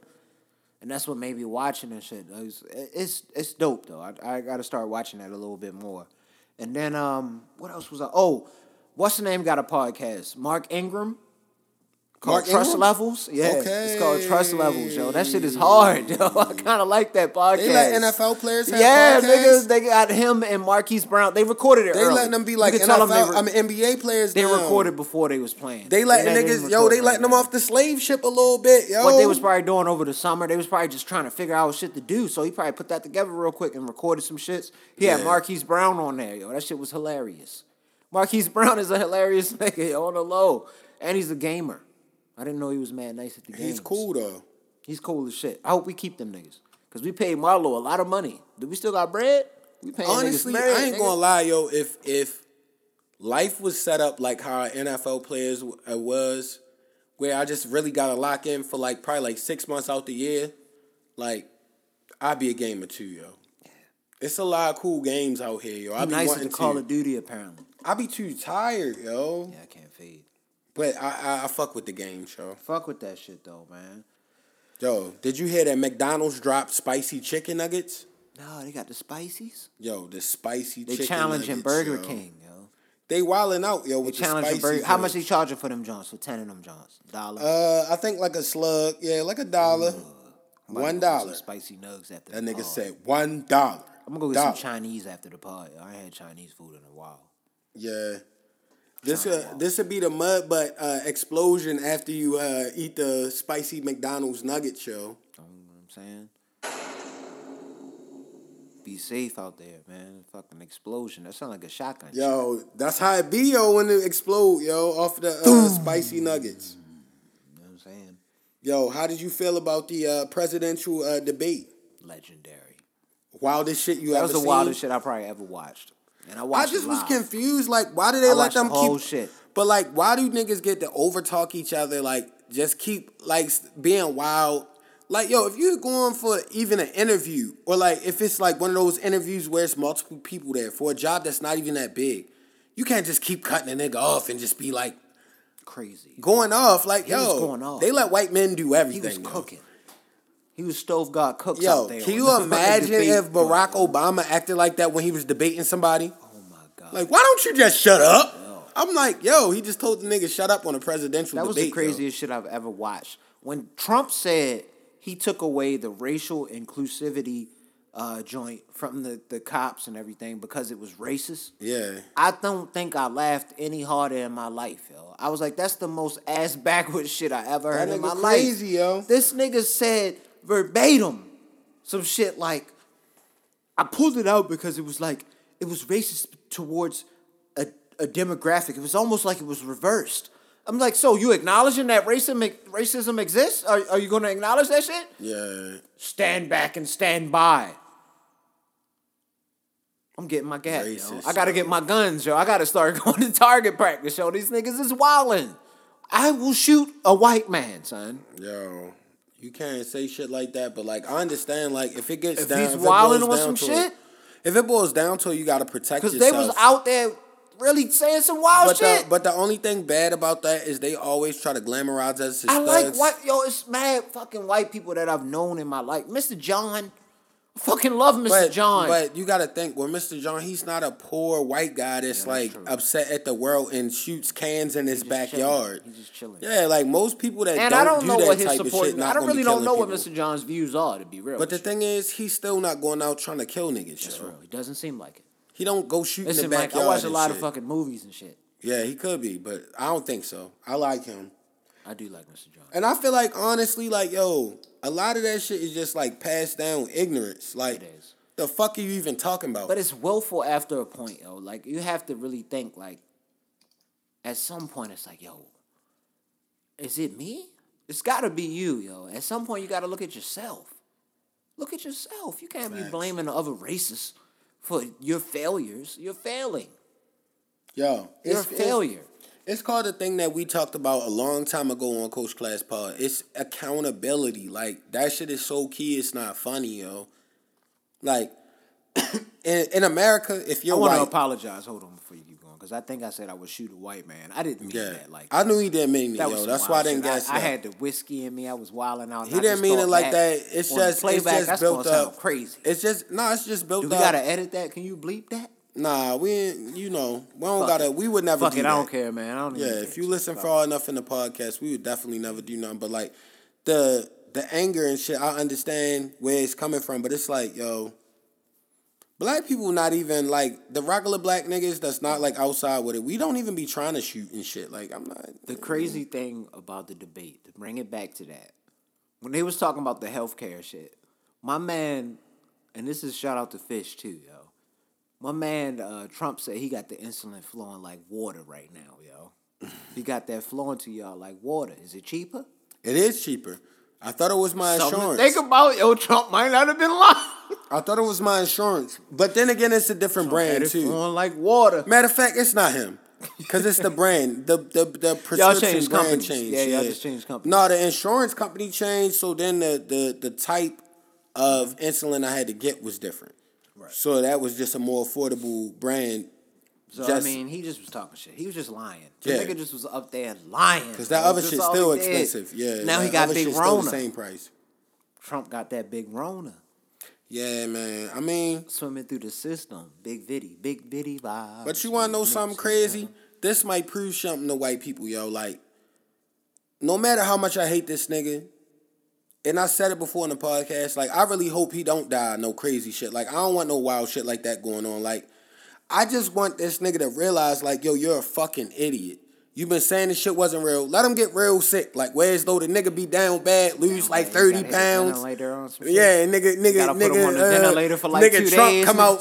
S4: and that's what made me watching and shit. It was- It's it's dope though. I I gotta start watching that a little bit more. And then um, what else was I? Oh, what's the name? Got a podcast? Mark Ingram. Called
S3: Mark
S4: Trust
S3: Ingram?
S4: Levels, yeah. It's called Trust Levels, yo. That shit is hard, yo. I kind of like that podcast.
S3: They let NFL players have
S4: yeah,
S3: podcasts?
S4: niggas. They got him and Marquise Brown. They recorded it.
S3: They
S4: early.
S3: letting them be
S4: You
S3: like
S4: could tell 'em they
S3: NFL,
S4: were-
S3: I mean NBA players.
S4: they
S3: now.
S4: recorded before they was playing.
S3: They letting
S4: let
S3: niggas, yo, they letting them off the slave ship a little bit, yo.
S4: What they was probably doing over the summer, they was probably just trying to figure out shit to do. So he probably put that together real quick and recorded some shits. He had
S3: Yeah.
S4: Marquise Brown on there, yo. That shit was hilarious. Marquise Brown is a hilarious nigga yo, on the low, and he's a gamer. I didn't know he was mad nice at the game.
S3: He's cool though.
S4: He's cool as shit. I hope we keep them niggas because we paid Marlo a lot of money. Do we still got bread? We paying
S3: Honestly,
S4: niggas bread,
S3: I ain't
S4: nigga.
S3: gonna lie, yo. If if life was set up like how our NFL players w- uh, was, where I just really gotta lock in for like probably like six months out the year, like I'd be a gamer too, yo. It's a lot of cool games out here, yo. I
S4: I'm
S3: be
S4: nice at
S3: wanting
S4: the Call
S3: to.
S4: of Duty apparently.
S3: I be too tired, yo.
S4: I can't feed.
S3: But I, I I fuck with the game, yo.
S4: Fuck with that shit though, man.
S3: Yo, did you hear that McDonald's dropped spicy chicken nuggets?
S4: No, they got the spices.
S3: Yo, the spicy.
S4: They
S3: chicken
S4: challenging
S3: nuggets,
S4: Burger
S3: yo.
S4: King, yo.
S3: They wilding out, yo.
S4: They
S3: With the
S4: challenging
S3: spicy
S4: Burger. How much
S3: joints.
S4: they charging for them Johns? For ten of them Johns, dollar.
S3: Uh, I think like a slug. Yeah, like a dollar.
S4: I'm about to
S3: One
S4: go get some
S3: dollar.
S4: Spicy nugs after
S3: That
S4: the
S3: nigga
S4: pod.
S3: said one dollar.
S4: I'm gonna go get
S3: Dollar.
S4: some Chinese after the pod. yo. I ain't had Chinese food in a while.
S3: Yeah. This uh, this would be the mud butt uh, explosion after you uh, eat the spicy McDonald's nugget show.
S4: You know what I'm saying? Be safe out there, man. Fucking explosion. That sound like a shotgun. shot.
S3: Yo, that's how it be, yo, when it explode, yo, off the uh, spicy nuggets.
S4: You know what I'm saying?
S3: Yo, how did you feel about the uh, presidential uh, debate?
S4: Legendary.
S3: Wildest shit you
S4: That
S3: ever
S4: was the
S3: seen?
S4: wildest shit I probably ever watched. And I
S3: I
S4: watched.
S3: just
S4: it
S3: was
S4: live.
S3: confused. Like, why do they let
S4: watched the
S3: them
S4: whole
S3: keep?
S4: shit.
S3: But like, why do niggas get to overtalk each other? Like, just keep like s- being wild. Like, yo, if you're going for even an interview, or like if it's like one of those interviews where it's multiple people there for a job that's not even that big, you can't just keep cutting a nigga off and just be like
S4: Crazy.
S3: going off. Like,
S4: He was
S3: yo,
S4: going off.
S3: they let white men do
S4: He
S3: everything.
S4: was
S3: yo.
S4: cooking. He was stove god cooks
S3: Yo,
S4: out there.
S3: can
S4: on
S3: you
S4: the
S3: imagine
S4: debate
S3: if
S4: board.
S3: Barack Obama acted like that when he was debating somebody?
S4: Oh my god!
S3: Like, why don't you just shut up? I'm like, yo, he just told the nigga shut up on a presidential
S4: that was
S3: debate.
S4: the craziest shit I've ever watched. When Trump said he took away the racial inclusivity uh, joint from the, the cops and everything because it was racist.
S3: yo. Yeah.
S4: I don't think I laughed any harder in my life, yo. I was like, that's the most ass backwards shit I ever
S3: That
S4: heard in my
S3: nigga
S4: life.
S3: crazy, yo.
S4: This nigga said verbatim some shit like, I pulled it out because it was like, it was racist towards a, a demographic. It was almost like it was reversed. I'm like, so you acknowledging that racism racism exists? Are, are you going to acknowledge that shit?
S3: Yeah.
S4: stand back and stand by. I'm getting my gat, yo.
S3: Racist,
S4: I gotta get my guns, yo. I gotta start going to target practice, yo. These niggas is wildin'. I will shoot a white man, son.
S3: Yo. You can't say shit like that, but like I understand, like if it gets
S4: If
S3: down,
S4: he's
S3: it
S4: wildin'
S3: boils
S4: with
S3: down
S4: some
S3: to-
S4: shit?
S3: If it boils down to it, you gotta protect
S4: Cause
S3: yourself.
S4: they was out there really saying some wild
S3: but
S4: shit.
S3: The, but the only thing bad about that is they always try to glamorize us as
S4: I like
S3: thugs.
S4: white yo, it's mad fucking white people that I've known in my life. Mr. John I fucking love Mr.
S3: But,
S4: John.
S3: but you gotta think, well, Mr. John, he's not a poor white guy that's like upset at the world and shoots cans in his
S4: just
S3: backyard.
S4: chilling. He's just chilling.
S3: Yeah, like most people that
S4: and
S3: don't,
S4: I don't
S3: do
S4: know
S3: that
S4: what his
S3: type of
S4: support.
S3: shit. Not
S4: I don't
S3: gonna be
S4: really don't
S3: killing
S4: know what
S3: people.
S4: Mr. John's views are. To be real,
S3: But the
S4: with
S3: thing is, he's still not going out trying to kill niggas.
S4: you.
S3: yo.
S4: It's real. it doesn't seem like it.
S3: He don't go shoot in
S4: Listen,
S3: the
S4: Mike,
S3: backyard.
S4: I watch a
S3: and
S4: lot
S3: shit.
S4: of fucking movies and shit.
S3: Yeah, he could be, but I don't think so. I like him.
S4: I do like Mr. John.
S3: And I feel like honestly, like yo, a lot of that shit is just like passed down ignorance. Like,
S4: It is.
S3: the fuck are you even talking about?
S4: But it's willful after a point, yo. Like you have to really think. Like at some point, it's like, yo, is it me? It's got to be you, yo. At some point, you got to look at yourself. Look at yourself. You can't be
S3: Facts.
S4: blaming the other races for your failures. You're failing.
S3: yo,
S4: You're
S3: it's
S4: a failure.
S3: It's, it's called a thing that we talked about a long time ago on Coach Class Pod. It's accountability. Like that shit is so key. It's not funny, yo. Like in, in America, if
S4: I
S3: you're
S4: want to
S3: white,
S4: apologize. Hold on before you keep going, because I think I said I would shoot a white man. I didn't mean
S3: yeah,
S4: that. Like
S3: I knew he didn't mean it,
S4: That
S3: yo.
S4: was
S3: that's
S4: wild
S3: why I didn't
S4: shit.
S3: guess.
S4: I, I
S3: that.
S4: had the whiskey in me. I was wilding out. and
S3: He
S4: I
S3: didn't
S4: just
S3: mean it
S4: thought
S3: like that. It's
S4: on the
S3: just
S4: playback.
S3: it's just
S4: that's
S3: built
S4: gonna sound
S3: up.
S4: crazy.
S3: It's just no, it's just built
S4: do we
S3: up.
S4: gotta edit that? Can you bleep that?
S3: nah, we ain't, you know we don't
S4: Fuck
S3: gotta.
S4: it.
S3: We would never.
S4: Fuck
S3: do
S4: it.
S3: that.
S4: I don't care, man. I don't.
S3: Yeah,
S4: even care.
S3: if you listen far enough in the podcast, we would definitely never do nothing. But like the the anger and shit, I understand where it's coming from, but it's like yo. Black people not even like the regular black niggas that's not like outside with it. We don't even be trying to shoot and shit. Like I'm not
S4: the crazy thing about the debate, to bring it back to that, when they was talking about the healthcare shit, my man, and this is shout out to Fish too, yo. My man uh, Trump said he got the insulin flowing like water right now, yo. he got that flowing to y'all like water. Is it cheaper?
S3: it is cheaper. I thought it was my
S4: Something to
S3: insurance.
S4: Think about yo. Trump might not have been lying.
S3: I thought it was my insurance. But then again, it's a different brand
S4: It's
S3: too.
S4: flowing like water.
S3: Matter of fact, it's not him. Cause it's the brand. The the the prescription
S4: changed
S3: brand
S4: companies.
S3: changed.
S4: Yeah, y'all just changed companies.
S3: No, the insurance company changed, so then the the, the type of insulin I had to get was different. Right. So that was just a more affordable brand.
S4: So
S3: Just-
S4: I mean, he just was talking shit. He was just lying. The
S3: Yeah.
S4: nigga just was up there lying.
S3: Cause that
S4: That was
S3: other
S4: just
S3: shit's
S4: all
S3: still
S4: he did.
S3: expensive. Yeah.
S4: Now he
S3: that
S4: got
S3: other
S4: big
S3: shit's Still
S4: Rona.
S3: the same price.
S4: Trump got that big Rona
S3: Yeah, man. I mean,
S4: swimming through the system. Big Viddy, big Viddy vibe.
S3: But you want to know something crazy? This might prove something to white people, yo. Like, no matter how much I hate this nigga, and I said it before in the podcast, like, I really hope he don't die no crazy shit. Like, I don't want no wild shit like that going on. Like, I just want this nigga to realize, like, yo, you're a fucking idiot. You've been saying this shit wasn't real. Let him get real sick. Like, whereas though the nigga be down bad, lose like
S4: bad,
S3: thirty
S4: he gotta hit the
S3: pounds.
S4: ventilator on some shit.
S3: Yeah, nigga, nigga,
S4: Gotta
S3: nigga,
S4: put him on the
S3: uh,
S4: ventilator for like
S3: nigga
S4: two
S3: Trump
S4: days.
S3: come out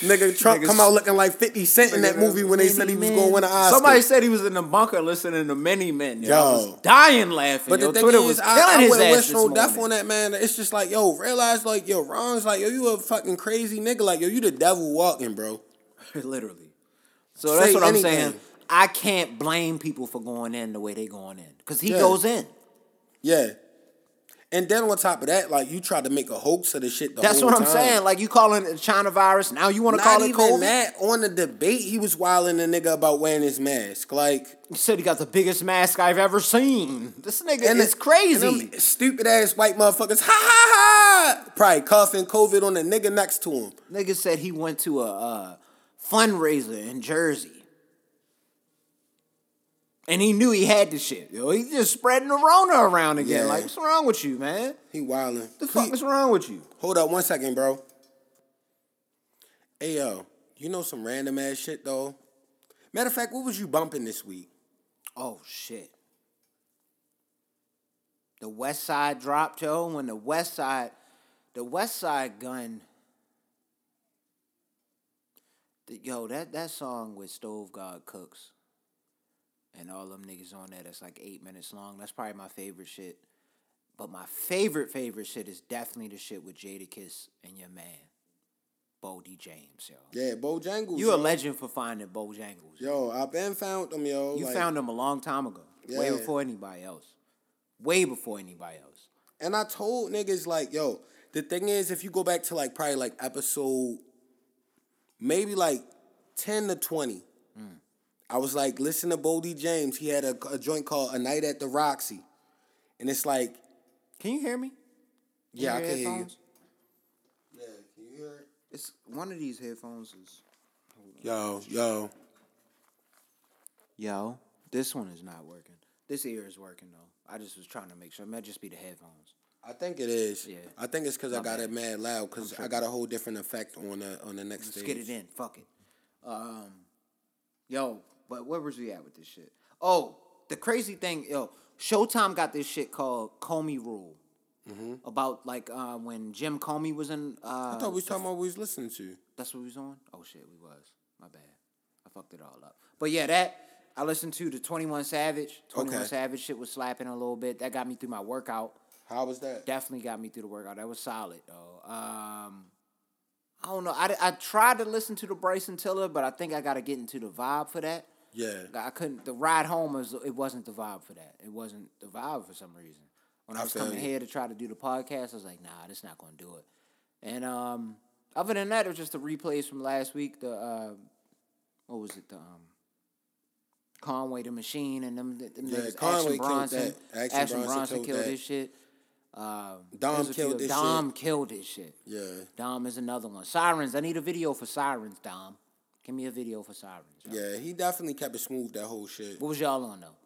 S3: Nigga, Trump
S4: Niggas-
S3: come out looking like 50 Cent in that movie when they said he was going to win an Oscar.
S4: Somebody said he was in the bunker listening to Many Men. Yo. I
S3: Yo.
S4: was dying laughing.
S3: but
S4: yo.
S3: the thing
S4: Twitter
S3: is,
S4: was
S3: I,
S4: killing
S3: I
S4: his
S3: wouldn't
S4: ass
S3: wish
S4: this
S3: no death
S4: morning.
S3: on that man. It's just like, yo, realize like yo, Ron's like, yo, you a fucking crazy nigga. Like, yo, you the devil walking, bro.
S4: literally. So that's
S3: Say
S4: what I'm
S3: anything.
S4: saying. I can't blame people for going in the way they going in because he
S3: Yeah.
S4: goes in.
S3: Yeah. And then on top of that, like you tried to make a hoax of the shit the
S4: That's
S3: whole
S4: what I'm
S3: time.
S4: saying. Like you calling it China virus now, you want to
S3: Not
S4: call it
S3: even
S4: COVID.
S3: that. On the debate, he was wilding the nigga about wearing his mask. Like
S4: You said he got the biggest mask I've ever seen. This nigga
S3: And
S4: is
S3: the-
S4: crazy.
S3: and them stupid ass white motherfuckers, ha ha ha! Probably coughing COVID on the nigga next to him.
S4: Nigga said he went to a uh, fundraiser in Jersey. And he knew he had the shit. Yo, he just spreading the Rona around again.
S3: Yeah.
S4: Like, what's wrong with you, man?
S3: He wilding.
S4: The fuck is wrong with you?
S3: Hold up one second, bro. Hey yo, you know some random ass shit though. Matter of fact, what was you bumping this week?
S4: Oh shit. The West Side dropped, yo. When the West Side, the West Side gun. The, yo, that that song with Stove God Cooks. And all them niggas on there that's like eight minutes long. That's probably my favorite shit. But my favorite, favorite shit is definitely the shit with Jadakiss and your man, Bodie James, yo.
S3: Yeah, Bojangles.
S4: You a legend for finding Bojangles.
S3: yo, I been found them, yo.
S4: You
S3: like-
S4: found him a long time ago, way
S3: Yeah.
S4: before anybody else, way before anybody else.
S3: And I told niggas like, yo, the thing is, if you go back to like probably like episode, maybe like ten to twenty, Mm. I was like, listen to Bodie James. He had a, a joint called A Night at the Roxy, and it's like,
S4: Can you hear me?
S3: yeah, I
S4: your
S3: can hear you.
S4: headphones?
S3: Yeah,
S6: hear it?
S4: It's one of these headphones is
S3: Yo, yo.
S4: yo. This one is not working. This ear is working though. I just was trying to make sure. It might just be the headphones.
S3: I think it is.
S4: Yeah.
S3: I think it's because I
S4: My
S3: got
S4: bad.
S3: it mad loud because I got a whole different effect on the on the next
S4: Let's
S3: stage.
S4: get it in. Fuck it. Um, yo, but where was we at with this shit? Oh, the crazy thing, yo, Showtime got this shit called Comey Rule.
S3: Mm-hmm.
S4: About like uh, when Jim Comey was in. Uh,
S3: I thought we was talking about what we was listening to.
S4: That's what we was on? Oh shit, we was. My bad. I fucked it all up. But yeah, that I listened to the 21 Savage. 21
S3: Okay.
S4: Savage shit was slapping a little bit. That got me through my workout.
S3: How was that?
S4: Definitely got me through the workout. That was solid though. Um I don't know. I, I tried to listen to the Bryson Tiller, but I think I got to get into the vibe for that.
S3: Yeah.
S4: I couldn't. The ride home was it wasn't the vibe for that. It wasn't the vibe for some reason. When I
S3: I
S4: was
S3: feel
S4: coming
S3: you.
S4: here to try to do the podcast, I was like, nah, this not gonna do it. And um, other than that, it was just the replays from last week. The uh, what was it? The um, Conway the Machine and them. them
S3: Yeah,
S4: niggas,
S3: Conway
S4: Action
S3: killed
S4: Bronson.
S3: that.
S4: Action, Bronson, killed
S3: that.
S4: this shit. Um,
S3: Dom
S4: there's a few
S3: killed
S4: of-
S3: this
S4: Dom
S3: shit.
S4: killed this shit.
S3: Yeah.
S4: Dom is another one. Sirens. I need a video for Sirens, Dom. Give me a video for Sirens. yo.
S3: Yeah, he definitely kept it smooth that whole shit.
S4: What was y'all on though?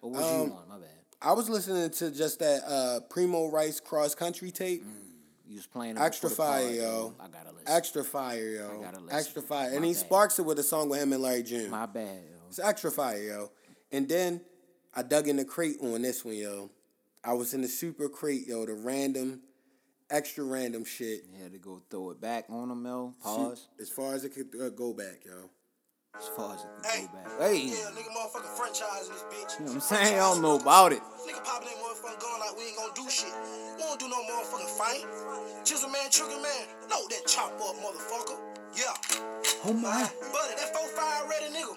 S4: What was
S3: Um,
S4: you on? My bad.
S3: I was listening to just that uh Primo Rice cross country tape.
S4: Mm. You was playing it
S3: Extra
S4: before the pod,
S3: fire, yo.
S4: I gotta listen.
S3: Extra fire, yo.
S4: I gotta listen.
S3: Extra fire.
S4: My
S3: and he
S4: bad.
S3: sparks it with a song with him and Larry June.
S4: My bad, yo.
S3: It's extra fire, yo. And then I dug in the crate on this one, yo. I was in the super crate, yo, the random, extra random shit.
S4: You had to go throw it back on them, yo. Pause.
S3: As far as it could uh, go back, yo.
S4: As far as it can
S6: Hey.
S4: go back. Hey, you
S6: Yeah,
S4: know
S6: nigga, motherfucking franchise this bitch.
S4: what I'm saying? I don't know about it.
S6: Nigga popping that motherfucking gun like we ain't gonna do shit. We don't do no motherfucking fight. Chisel man, trigger man. Load that chop up, motherfucker. Yeah.
S4: Oh my.
S6: Buddy, that 4-5 ready nigga.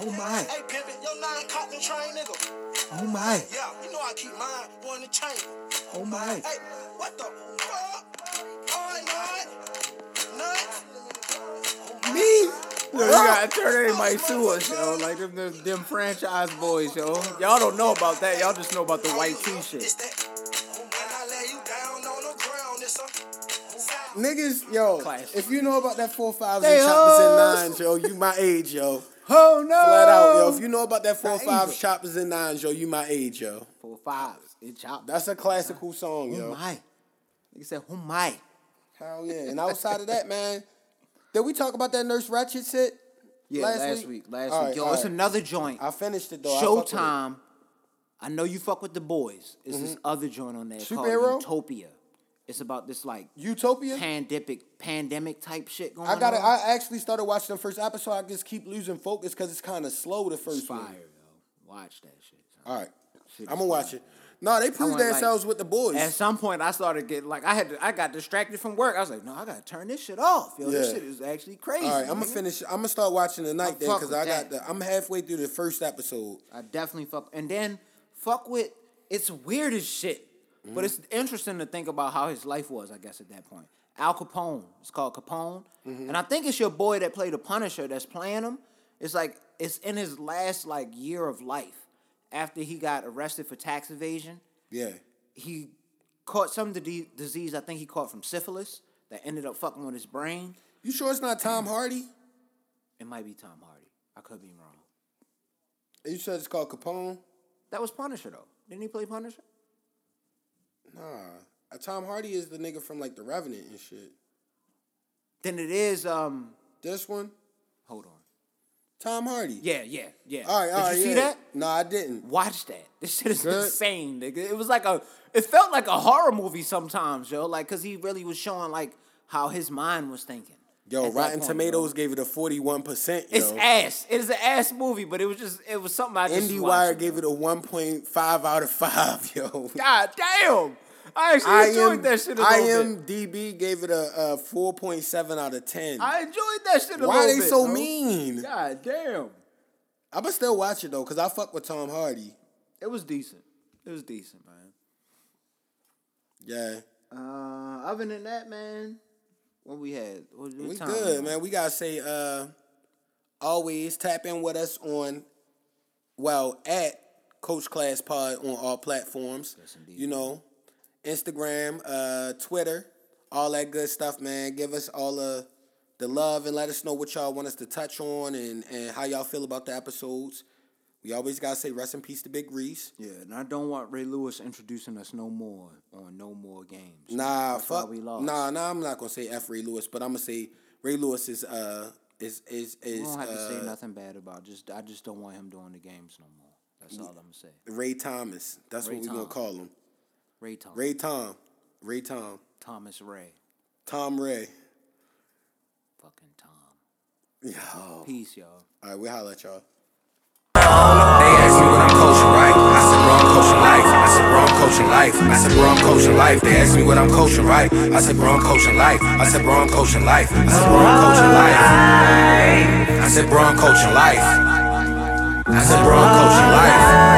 S4: Oh my.
S6: Hey, pimpin', your nine cotton train nigga.
S4: Oh my.
S6: Yeah, you know I keep mine one in the chamber.
S4: Oh my.
S6: Hey, what the fuck? Oh, nut. Nut.
S4: Me. Yo, you gotta turn everybody to us, yo. Like them, them, them franchise boys, yo. Y'all don't know about that. Y'all just know about the white
S6: It's
S4: T-shirt.
S6: that. And I lay you down on the ground. It's a.
S3: Niggas, yo,
S4: Classic.
S3: if you know about that four fives
S4: They
S3: and choppers
S4: hoes.
S3: and nines, yo, you my age, yo.
S4: Oh no.
S3: Flat out, yo. If you know about that four
S4: Not
S3: fives,
S4: either.
S3: choppers and nines, yo, you my age, yo.
S4: Four fives. It chopped.
S3: That's a classical song,
S4: Oh
S3: yo.
S4: my. Nigga said, oh my.
S3: Hell yeah. And outside of that, man, did we talk about that Nurse Ratchet shit?
S4: Yeah, last, week? Last
S3: All
S4: week.
S3: right,
S4: Yo,
S3: all
S4: it's
S3: right.
S4: another joint.
S3: I finished it though. I fuck with it.
S4: Showtime. I know you fuck with the boys. It's
S3: Mm-hmm.
S4: this other joint on there
S3: Superhero?
S4: called Utopia. It's about this like
S3: Utopia.
S4: pandemic pandemic type shit going on.
S3: I got it. I actually started watching the first episode. I just keep losing focus because it's kind of slow. The
S4: it's
S3: first
S4: fire,
S3: one.
S4: yo. Watch that shit. son.
S3: All right,
S4: Shit
S3: I'm
S4: is
S3: gonna watch
S4: fire.
S3: it. No, they
S4: I
S3: proved
S4: went, like-
S3: themselves with the boys.
S4: At some point, I started getting like I had to, I got distracted from work. I was like, no, I gotta turn this shit off. Yo, this
S3: Yeah.
S4: shit is actually crazy.
S3: All right, I'm gonna
S4: nigga.
S3: finish. I'm gonna start watching tonight then
S4: fuck
S3: because
S4: with
S3: I
S4: that.
S3: got. The, I'm halfway through the first episode.
S4: I definitely fuck. And then fuck with it's weird as shit. But it's interesting to think about how his life was, I guess, at that point. Al Capone. It's called Capone. And I think it's your boy that played the Punisher that's playing him. It's like it's in his last like year of life after he got arrested for tax evasion
S3: Yeah,
S4: he caught some d- disease I think he caught from syphilis that ended up fucking with his brain.
S3: you sure it's not Tom Hardy?
S4: It might be Tom Hardy. I could be wrong.
S3: You said it's called Capone.
S4: That was Punisher though. Didn't he play Punisher?
S3: Nah, Uh, Tom Hardy is the nigga from like The Revenant and shit.
S4: Then it is um
S3: This one,
S4: hold on.
S3: Tom Hardy.
S4: Yeah, yeah, yeah.
S3: All right, all
S4: Did
S3: right.
S4: you see
S3: yeah.
S4: that?
S3: No, I didn't.
S4: Watch that. This shit is
S3: Good.
S4: insane, nigga. It was like a, it felt like a horror movie sometimes, yo. Like, cause he really was showing like how his mind was thinking.
S3: Yo,
S4: at that
S3: Rotten
S4: point,
S3: Tomatoes
S4: yo.
S3: gave it a 41. percent
S4: It's ass. It is an ass movie, but it was just, it was something I just.
S3: IndieWire
S4: watched,
S3: gave
S4: yo.
S3: it a 1.5 out of 5, yo.
S4: God damn! I actually enjoyed that shit a little bit.
S3: IMDb gave it a, a 4.7 out of 10.
S4: I enjoyed that shit a
S3: Why
S4: little
S3: they
S4: bit,
S3: so
S4: yo.
S3: mean?
S4: God damn!
S3: I'ma still watch it though, cause I fuck with Tom Hardy.
S4: It was decent. It was decent, man.
S3: Yeah.
S4: Uh, other than that, man, what we had? What, what
S3: We
S4: time
S3: good,
S4: on?
S3: man. We gotta say uh always tap in with us on well at Coach Class Pod on all platforms. you know, Instagram, uh, Twitter, all that good stuff, man. Give us all the the love and let us know what y'all want us to touch on and and how y'all feel about the episodes. We always gotta say rest in peace to Big Reese.
S4: Yeah, and I don't want Ray Lewis introducing us no more on no more games.
S3: Nah,
S4: That's why
S3: fuck.
S4: we lost.
S3: Nah, nah. I'm not gonna say F Ray Lewis, but I'm gonna say Ray Lewis is uh is is is
S4: we don't have to
S3: uh,
S4: say nothing bad about. Just I just don't want him doing the games no more. That's all I'm gonna say.
S3: Ray Thomas. That's
S4: Ray
S3: what we gonna
S4: Thomas.
S3: call him.
S4: Ray Thomas.
S3: Ray Tom. Ray Tom.
S4: Thomas Ray.
S3: Tom Ray.
S4: Fucking Tom.
S3: Yo.
S4: Peace, y'all.
S3: All right, we holla at y'all.
S1: They ask me what I'm coaching, right? I said, bro, I'm coaching life. I said, bro, I'm coaching life. I said, bro, I'm coaching life. They ask me what I'm coaching, right? I said, bro, I'm coaching life. I said, bro, I'm coaching life. I said, bro, I'm coaching life. I said, bro, I'm coaching life. I said, bro, I'm coaching life.